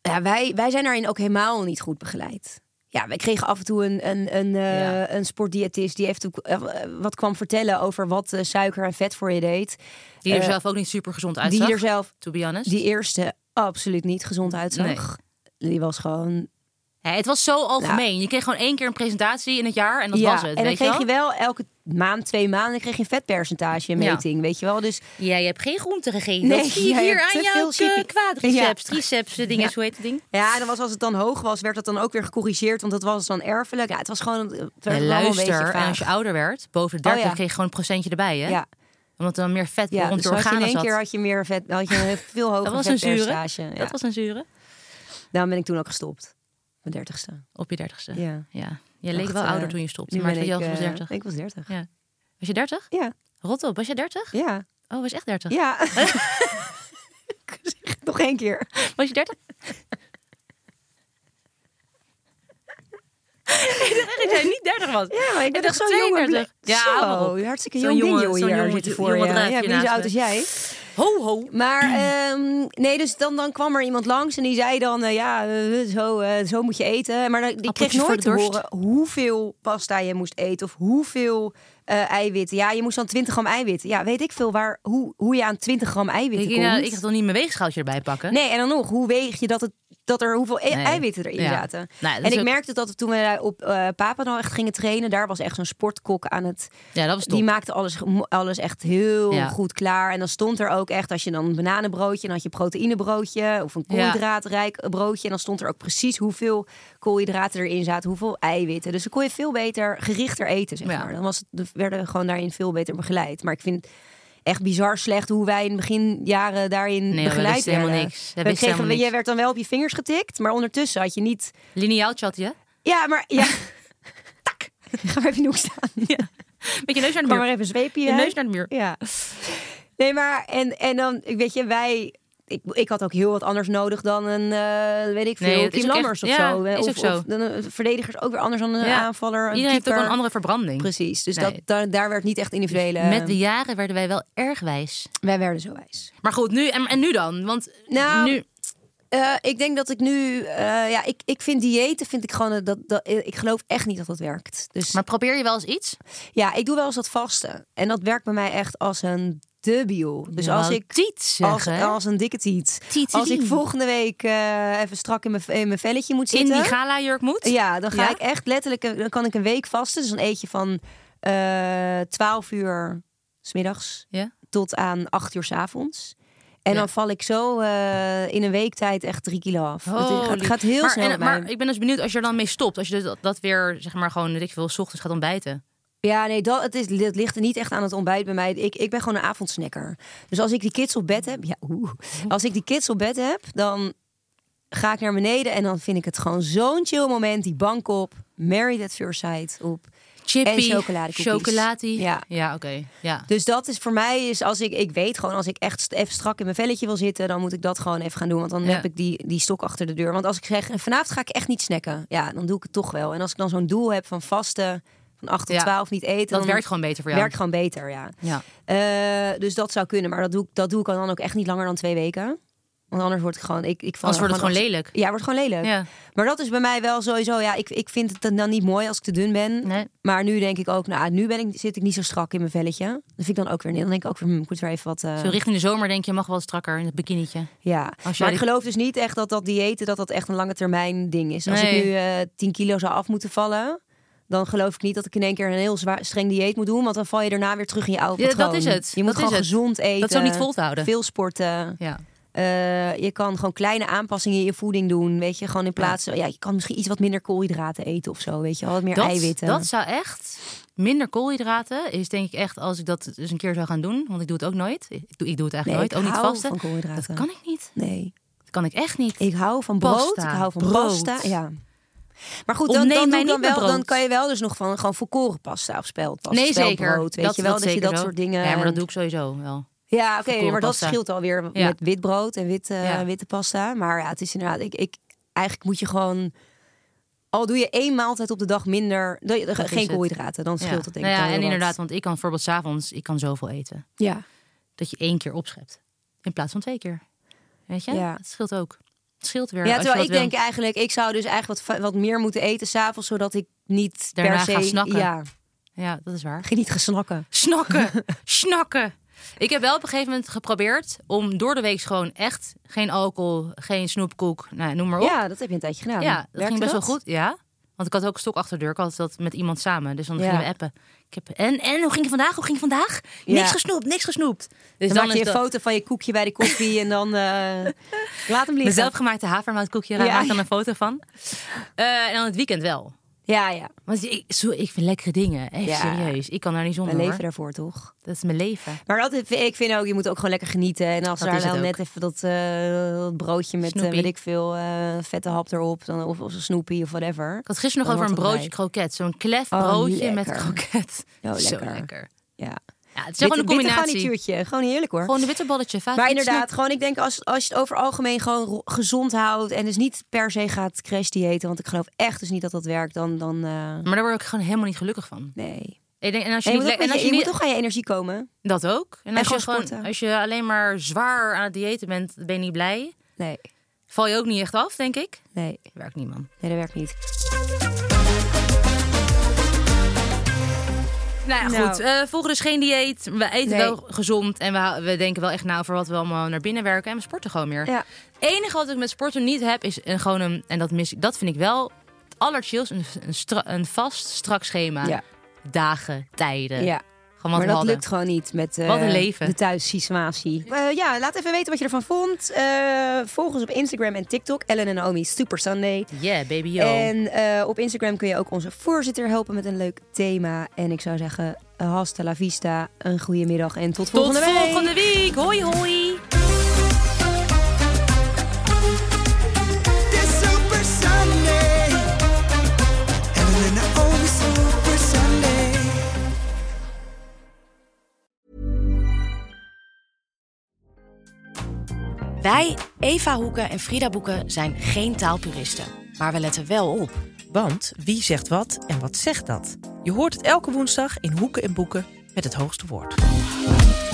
Speaker 3: ja, wij, wij zijn daarin ook helemaal niet goed begeleid. Ja, wij kregen af en toe een, een, een, eh,
Speaker 4: Ja.
Speaker 3: een sportdiëtist die heeft ook, eh, wat kwam vertellen over wat eh, suiker en vet voor je deed.
Speaker 4: Die er
Speaker 3: Eh,
Speaker 4: zelf ook niet super gezond uitzag.
Speaker 3: Die er zelf,
Speaker 4: To be honest.
Speaker 3: die eerste, absoluut niet gezond uitzag. Die was gewoon
Speaker 4: Ja, het was zo algemeen. Je kreeg gewoon één keer een presentatie in het jaar en dat was het.
Speaker 3: Nou. En dan
Speaker 4: weet
Speaker 3: kreeg
Speaker 4: je
Speaker 3: je
Speaker 4: wel?
Speaker 3: wel elke maand, twee maanden kreeg je een vetpercentage meting, weet je wel. Dus
Speaker 4: Ja, je hebt geen groente gegeten.
Speaker 3: Nee,
Speaker 4: dat zie je
Speaker 3: jij
Speaker 4: hier
Speaker 3: hebt
Speaker 4: aan
Speaker 3: te veel
Speaker 4: jouw eh,
Speaker 3: chippy.
Speaker 4: quadriceps,
Speaker 3: Ja.
Speaker 4: triceps, eh, dinges, hoe heet dat ding?
Speaker 3: ja, en dan was, als het dan hoog was, werd dat dan ook weer gecorrigeerd, want dat was dan erfelijk. Ja, het was gewoon het werd
Speaker 4: En
Speaker 3: allemaal een beetje
Speaker 4: luister, en
Speaker 3: vaag.
Speaker 4: als je ouder werd, boven de
Speaker 3: Oh,
Speaker 4: 30,
Speaker 3: ja.
Speaker 4: kreeg je gewoon een procentje erbij, hè?
Speaker 3: Ja,
Speaker 4: Omdat er dan meer vet
Speaker 3: ja
Speaker 4: rond
Speaker 3: dus
Speaker 4: je
Speaker 3: had je in
Speaker 4: organen
Speaker 3: één
Speaker 4: zat.
Speaker 3: keer had je meer vet, had je een veel hoger
Speaker 4: dat was een zure.
Speaker 3: vetpercentage. Ja.
Speaker 4: Dat was een zure.
Speaker 3: Daarom ben ik toen ook gestopt, mijn dertigste.
Speaker 4: Op je dertigste. Ja.
Speaker 3: Ja.
Speaker 4: Je leek
Speaker 3: Dacht,
Speaker 4: wel
Speaker 3: eh,
Speaker 4: ouder toen je stopte,
Speaker 3: Nu
Speaker 4: maar
Speaker 3: ben
Speaker 4: toen je was
Speaker 3: eh,
Speaker 4: 30.
Speaker 3: Ik was dertig.
Speaker 4: Ja. Was je 30?
Speaker 3: Ja,
Speaker 4: Rot op, was je 30?
Speaker 3: ja,
Speaker 4: Oh, was je echt 30?
Speaker 3: ja. Ik zeg het Nog één keer.
Speaker 4: Was je 30? ik dacht echt dat jij niet dertig was.
Speaker 3: Ja, maar ik ben
Speaker 4: dacht
Speaker 3: echt zo'n jonge
Speaker 4: 32.
Speaker 3: ble-
Speaker 4: Ja,
Speaker 3: Zo,
Speaker 4: hou op.
Speaker 3: hartstikke
Speaker 4: Zo'n
Speaker 3: jong
Speaker 4: jonge-
Speaker 3: ding joh,
Speaker 4: zo'n
Speaker 3: hier
Speaker 4: jonge-
Speaker 3: zitten voor
Speaker 4: jonge
Speaker 3: je.
Speaker 4: druifje
Speaker 3: Ja, ik ben niet zo oud
Speaker 4: naast
Speaker 3: als
Speaker 4: me. Mm.
Speaker 3: jij.
Speaker 4: Ho, ho.
Speaker 3: Maar ehm, nee, dus dan, dan kwam er iemand langs en die zei dan, eh, ja, eh, zo, eh, zo moet je eten. Maar dan, ik kreeg
Speaker 4: Appeltje voor
Speaker 3: nooit
Speaker 4: de
Speaker 3: te
Speaker 4: dorst.
Speaker 3: horen hoeveel pasta je moest eten of hoeveel eh, eiwitten. Ja, je moest dan 20 gram eiwitten. Ja, weet ik veel waar, hoe, hoe je aan 20 gram eiwitten
Speaker 4: Ik,
Speaker 3: komt.
Speaker 4: nou, ik ga toch niet mijn weegschaaltje erbij pakken?
Speaker 3: Nee, en dan nog, hoe weeg je dat, het, dat er hoeveel e-
Speaker 4: Nee.
Speaker 3: eiwitten erin
Speaker 4: Ja.
Speaker 3: zaten?
Speaker 4: Nou, dat
Speaker 3: en
Speaker 4: is
Speaker 3: ik
Speaker 4: ook-
Speaker 3: merkte dat toen we daar op eh Papendal echt gingen trainen, daar was echt zo'n sportkok aan het.
Speaker 4: Ja, dat was top.
Speaker 3: Die maakte alles, ge- alles echt heel
Speaker 4: Ja.
Speaker 3: goed klaar. En dan stond er ook echt, als je dan een bananenbroodje, dan had je een proteïnebroodje of een
Speaker 4: Ja.
Speaker 3: koolhydraatrijk broodje. En dan stond er ook precies hoeveel koolhydraten erin zaten, hoeveel eiwitten. Dus dan kon je veel beter gerichter eten, zeg
Speaker 4: Ja.
Speaker 3: maar. Dan was het, dan werden we gewoon daarin veel beter begeleid. Maar ik vind het echt bizar slecht hoe wij in de beginjaren daarin
Speaker 4: Nee, we
Speaker 3: begeleid
Speaker 4: wisten helemaal
Speaker 3: werden.
Speaker 4: niks. We
Speaker 3: We
Speaker 4: wisten
Speaker 3: kregen,
Speaker 4: helemaal niks.
Speaker 3: Jij werd dan wel op je vingers getikt, maar ondertussen had je niet...
Speaker 4: Lineaaltje had je.
Speaker 3: Ja, maar... Ja. Tak! Ga maar even in de hoek staan.
Speaker 4: Met je neus naar de
Speaker 3: Ga
Speaker 4: muur.
Speaker 3: maar even zweepje.
Speaker 4: Je
Speaker 3: hè?
Speaker 4: neus naar de muur.
Speaker 3: Ja. Nee, maar en, en dan, ik weet je, wij. Ik, ik had ook heel wat anders nodig dan een, eh, weet ik veel,
Speaker 4: Nee, dat is
Speaker 3: Kim
Speaker 4: ook
Speaker 3: Lammers
Speaker 4: echt-
Speaker 3: of
Speaker 4: ja,
Speaker 3: zo.
Speaker 4: is
Speaker 3: of,
Speaker 4: ook zo.
Speaker 3: of dan een verdediger is ook weer anders dan een
Speaker 4: Ja.
Speaker 3: aanvaller. Een
Speaker 4: Iedereen heeft ook
Speaker 3: keeper.
Speaker 4: wel een andere verbranding.
Speaker 3: Precies, dus
Speaker 4: Nee.
Speaker 3: dat, daar, daar werd niet echt individuele...
Speaker 4: Met de jaren werden wij wel erg wijs.
Speaker 3: Wij werden zo wijs.
Speaker 4: Maar goed, nu en, en nu dan? Want
Speaker 3: Nou,
Speaker 4: nu,
Speaker 3: Eh, ik denk dat ik nu... eh, ja, ik, ik vind diëten, vind ik gewoon... eh, Dat, dat, ik geloof echt niet dat dat werkt. Dus
Speaker 4: maar probeer je wel eens iets?
Speaker 3: ja, ik doe wel eens dat vasten. En dat werkt bij mij echt als een debiel. Dus
Speaker 4: Je
Speaker 3: als
Speaker 4: wou
Speaker 3: ik...
Speaker 4: tiet
Speaker 3: Als,
Speaker 4: zeggen.
Speaker 3: als een dikke tiet.
Speaker 4: Tieterie.
Speaker 3: Als ik volgende week eh, even strak in mijn, in mijn velletje moet
Speaker 4: in
Speaker 3: zitten.
Speaker 4: die gala jurk moet?
Speaker 3: Ja, dan ga
Speaker 4: Ja?
Speaker 3: ik echt letterlijk, een- dan kan ik een week vasten. Dus dan eet je van eh 12 uur smiddags
Speaker 4: Ja.
Speaker 3: tot aan 8 uur s avonds. En
Speaker 4: Ja.
Speaker 3: dan val ik zo eh, in een week tijd echt drie kilo af. Het gaat- het
Speaker 4: Holy.
Speaker 3: gaat heel
Speaker 4: maar,
Speaker 3: snel.
Speaker 4: en-
Speaker 3: met mij.
Speaker 4: maar ik ben dus benieuwd als je er dan mee stopt. Als je dus dat, dat weer, zeg maar, gewoon, weet ik veel, 's ochtends gaat ontbijten.
Speaker 3: Ja, nee, dat, het is, dat ligt niet echt aan het ontbijt bij mij. Ik, ik ben gewoon een avondsnacker. Dus als ik die kids op bed heb... Ja, oeh. Als ik die kids op bed heb, dan ga ik naar beneden... en dan vind ik het gewoon zo'n chill moment. Die bank op, married at first sight op.
Speaker 4: Chippy,
Speaker 3: En chocoladecookies.
Speaker 4: chocoladie.
Speaker 3: Ja.
Speaker 4: ja oké. Ja.
Speaker 3: Dus dat is voor mij, is als ik, ik weet gewoon... als ik echt st- even strak in mijn velletje wil zitten... dan moet ik dat gewoon even gaan doen. Want dan
Speaker 4: Ja.
Speaker 3: heb ik die, die stok achter de deur. Want als ik zeg, vanavond ga ik echt niet snacken... ja, dan doe ik het toch wel. En als ik dan zo'n doel heb van vasten... van 8 tot
Speaker 4: Ja.
Speaker 3: 12 niet eten...
Speaker 4: Dat
Speaker 3: dan
Speaker 4: werkt gewoon beter voor jou.
Speaker 3: Werkt gewoon beter, ja.
Speaker 4: Ja.
Speaker 3: Eh, dus dat zou kunnen, maar dat doe, ik, dat doe ik dan ook echt niet langer dan twee weken. Want anders word ik gewoon. Ik, ik val
Speaker 4: Anders wordt het gewoon
Speaker 3: af-
Speaker 4: lelijk.
Speaker 3: Ja, wordt gewoon lelijk.
Speaker 4: Ja.
Speaker 3: Maar dat is bij mij wel sowieso. Ja, ik, ik vind het dan niet mooi als ik te dun ben.
Speaker 4: Nee.
Speaker 3: Maar nu denk ik ook, nou, nu ben ik, zit ik niet zo strak in mijn velletje. Dat vind ik dan ook weer niet. Dan denk ik ook weer, hm, ik moet weer even wat. eh,
Speaker 4: Zo richting de zomer denk je, mag wel strakker in het bikinietje.
Speaker 3: ja.
Speaker 4: jij
Speaker 3: Maar ik
Speaker 4: die-
Speaker 3: geloof dus niet echt dat dat diëten dat dat echt een lange termijn ding is. Als
Speaker 4: Nee.
Speaker 3: ik nu eh 10 kilo zou af moeten vallen. Dan geloof ik niet dat ik in één keer een heel zwaar, streng dieet moet doen. Want dan val je daarna weer terug in je oude
Speaker 4: Ja, dat
Speaker 3: patroon.
Speaker 4: is het.
Speaker 3: Je moet
Speaker 4: Dat
Speaker 3: gewoon
Speaker 4: is het.
Speaker 3: gezond eten.
Speaker 4: Dat is ook niet vol te houden.
Speaker 3: Veel sporten.
Speaker 4: Ja.
Speaker 3: Eh, je kan gewoon kleine aanpassingen in je voeding doen. Weet je, gewoon in plaats van. Ja, je kan misschien iets wat minder koolhydraten eten of zo. Weet je, wel, wat meer
Speaker 4: dat,
Speaker 3: eiwitten.
Speaker 4: Dat zou echt minder koolhydraten is denk ik echt als ik dat eens een keer zou gaan doen, want ik doe het ook nooit. Ik doe, ik doe het eigenlijk
Speaker 3: Nee,
Speaker 4: nooit,
Speaker 3: ik
Speaker 4: ook niet
Speaker 3: hou
Speaker 4: vasten.
Speaker 3: van koolhydraten.
Speaker 4: Dat kan ik niet.
Speaker 3: Nee.
Speaker 4: Dat kan ik echt niet.
Speaker 3: Ik hou van brood.
Speaker 4: Pasta,
Speaker 3: Ik hou van
Speaker 4: brood.
Speaker 3: pasta. Ja. Maar goed, dan,
Speaker 4: Ontneem
Speaker 3: dan, doe
Speaker 4: mij
Speaker 3: ik dan,
Speaker 4: niet mijn
Speaker 3: wel, dan
Speaker 4: brood.
Speaker 3: kan je wel dus nog van gewoon volkoren pasta of speldpasta.
Speaker 4: nee, zeker.
Speaker 3: speldbrood, weet je wel, dat, je
Speaker 4: zeker
Speaker 3: dat
Speaker 4: zo.
Speaker 3: soort dingen...
Speaker 4: Ja, maar dat doe ik sowieso wel.
Speaker 3: Ja, oké,
Speaker 4: Volkoren
Speaker 3: maar dat
Speaker 4: pasta.
Speaker 3: scheelt alweer
Speaker 4: Ja.
Speaker 3: met wit brood en wit, eh,
Speaker 4: Ja.
Speaker 3: witte pasta. Maar ja, het is inderdaad... Ik, ik, eigenlijk moet je gewoon... Al doe je één maaltijd op de dag minder... dan-
Speaker 4: is
Speaker 3: geen
Speaker 4: het.
Speaker 3: koolhydraten, dan scheelt
Speaker 4: Ja.
Speaker 3: dat denk
Speaker 4: Nou
Speaker 3: ik
Speaker 4: ja,
Speaker 3: wel
Speaker 4: en
Speaker 3: heel wat.
Speaker 4: inderdaad, want ik kan bijvoorbeeld s'avonds, ik kan zoveel eten.
Speaker 3: Ja.
Speaker 4: Dat je één keer opschept. In plaats van twee keer. Weet je?
Speaker 3: Ja.
Speaker 4: Dat scheelt ook. Het scheelt weer.
Speaker 3: Ja,
Speaker 4: als je
Speaker 3: terwijl
Speaker 4: dat
Speaker 3: ik
Speaker 4: wil.
Speaker 3: denk eigenlijk, ik zou dus eigenlijk wat, wat meer moeten eten s'avonds, zodat ik niet
Speaker 4: Daarna
Speaker 3: per se...
Speaker 4: ga snakken.
Speaker 3: Ja,
Speaker 4: Ja, dat is waar.
Speaker 3: niet gesnakken.
Speaker 4: Snakken. snakken. Ik heb wel op een gegeven moment geprobeerd om door de week gewoon echt geen alcohol, geen snoepkoek, nou, noem maar op.
Speaker 3: Ja, dat heb je een tijdje gedaan.
Speaker 4: Ja, dat
Speaker 3: Werkte
Speaker 4: ging best wel goed. Ja. Want ik had ook een stok achter de deur. Ik had dat met iemand samen. Dus dan
Speaker 3: Ja.
Speaker 4: gingen we appen. Ik heb, en, en, hoe ging het vandaag? Hoe ging het vandaag?
Speaker 3: Ja.
Speaker 4: Niks gesnoept, niks gesnoept. Dus
Speaker 3: dan maak je
Speaker 4: is
Speaker 3: een
Speaker 4: dat-
Speaker 3: foto van je koekje bij de koffie en dan eh, laat hem
Speaker 4: Mijn
Speaker 3: liggen.
Speaker 4: zelfgemaakte havermoutkoekje. Daar
Speaker 3: Ja.
Speaker 4: maak ik dan een foto van. Eh, en dan het weekend wel.
Speaker 3: Ja, ja.
Speaker 4: Want ik, zo, ik vind lekkere dingen. Echt
Speaker 3: Ja.
Speaker 4: serieus. Ik kan daar niet
Speaker 3: We
Speaker 4: zonder.
Speaker 3: leven
Speaker 4: hoor.
Speaker 3: daarvoor, toch?
Speaker 4: Dat is mijn leven.
Speaker 3: Maar altijd, ik vind ook, je moet ook gewoon lekker genieten. En als
Speaker 4: Dat
Speaker 3: daar
Speaker 4: is het
Speaker 3: dan
Speaker 4: ook.
Speaker 3: net even dat, eh, dat broodje met eh,
Speaker 4: Snoepie.
Speaker 3: weet ik veel eh, vette hap erop. Dan, of, of een snoepie of whatever.
Speaker 4: Ik had gisteren nog
Speaker 3: Dan
Speaker 4: over een
Speaker 3: hoort het
Speaker 4: broodje kroket. Zo'n klef
Speaker 3: Oh,
Speaker 4: broodje met
Speaker 3: lekker.
Speaker 4: kroket.
Speaker 3: Oh,
Speaker 4: Zo
Speaker 3: lekker.
Speaker 4: lekker.
Speaker 3: Ja.
Speaker 4: Ja, het is gewoon een combinatie.
Speaker 3: garnituurtje. Gewoon heerlijk hoor.
Speaker 4: Gewoon een witte balletje. vaak
Speaker 3: maar
Speaker 4: iets
Speaker 3: inderdaad,
Speaker 4: met-
Speaker 3: gewoon, ik denk als, als je het over algemeen gewoon ro- gezond houdt. En dus niet per se gaat crash diëten. Want ik geloof echt dus niet dat dat werkt. Dan, dan eh,
Speaker 4: Maar daar word ik gewoon helemaal niet gelukkig van.
Speaker 3: nee.
Speaker 4: Ik denk, en als je,
Speaker 3: En je moet,
Speaker 4: niet
Speaker 3: ook
Speaker 4: le- en
Speaker 3: met
Speaker 4: als
Speaker 3: je-
Speaker 4: je
Speaker 3: je moet
Speaker 4: niet-
Speaker 3: toch aan je energie komen.
Speaker 4: Dat ook. En als,
Speaker 3: gewoon
Speaker 4: je gewoon,
Speaker 3: sporten.
Speaker 4: als je alleen maar zwaar aan het diëten bent, ben je niet blij.
Speaker 3: Nee,
Speaker 4: Val je ook niet echt af, denk ik.
Speaker 3: nee,
Speaker 4: Werkt niet, man.
Speaker 3: nee, dat werkt niet.
Speaker 4: Nou ja,
Speaker 3: Nou.
Speaker 4: goed. Eh volgen dus geen dieet. We eten
Speaker 3: Nee.
Speaker 4: wel gezond. En we, hou- we denken wel echt na over wat we allemaal naar binnen werken. En we sporten gewoon meer.
Speaker 3: Ja.
Speaker 4: Het enige wat ik met sporten niet heb, is een, gewoon een... En dat, mis, ik- dat vind ik wel het allerchills. Een, een, stra- een vast, strak schema.
Speaker 3: Ja.
Speaker 4: Dagen, tijden.
Speaker 3: Ja.
Speaker 4: Gewoon wat
Speaker 3: maar
Speaker 4: we
Speaker 3: dat
Speaker 4: hadden.
Speaker 3: lukt gewoon niet met eh,
Speaker 4: Wat een leven.
Speaker 3: de thuissituatie. Eh, ja, laat even weten wat je ervan vond. Eh volg ons op Instagram en TikTok. Ellen en Naomi Super Sunday.
Speaker 4: Yeah, baby yo.
Speaker 3: En eh, op Instagram kun je ook onze voorzitter helpen met een leuk thema. En ik zou zeggen, eh, hasta la vista. Een goede middag en tot,
Speaker 4: Tot
Speaker 3: volgende week.
Speaker 4: volgende week. Hoi, hoi.
Speaker 2: This Super Sunday. Ellen and Naomi Super Sunday.
Speaker 5: Wij, Eva Hoeken en Frida Boeken, zijn geen taalpuristen. Maar we letten wel op.
Speaker 6: Want wie zegt wat en wat zegt dat? Je hoort het elke woensdag in Hoeken en Boeken met het hoogste woord.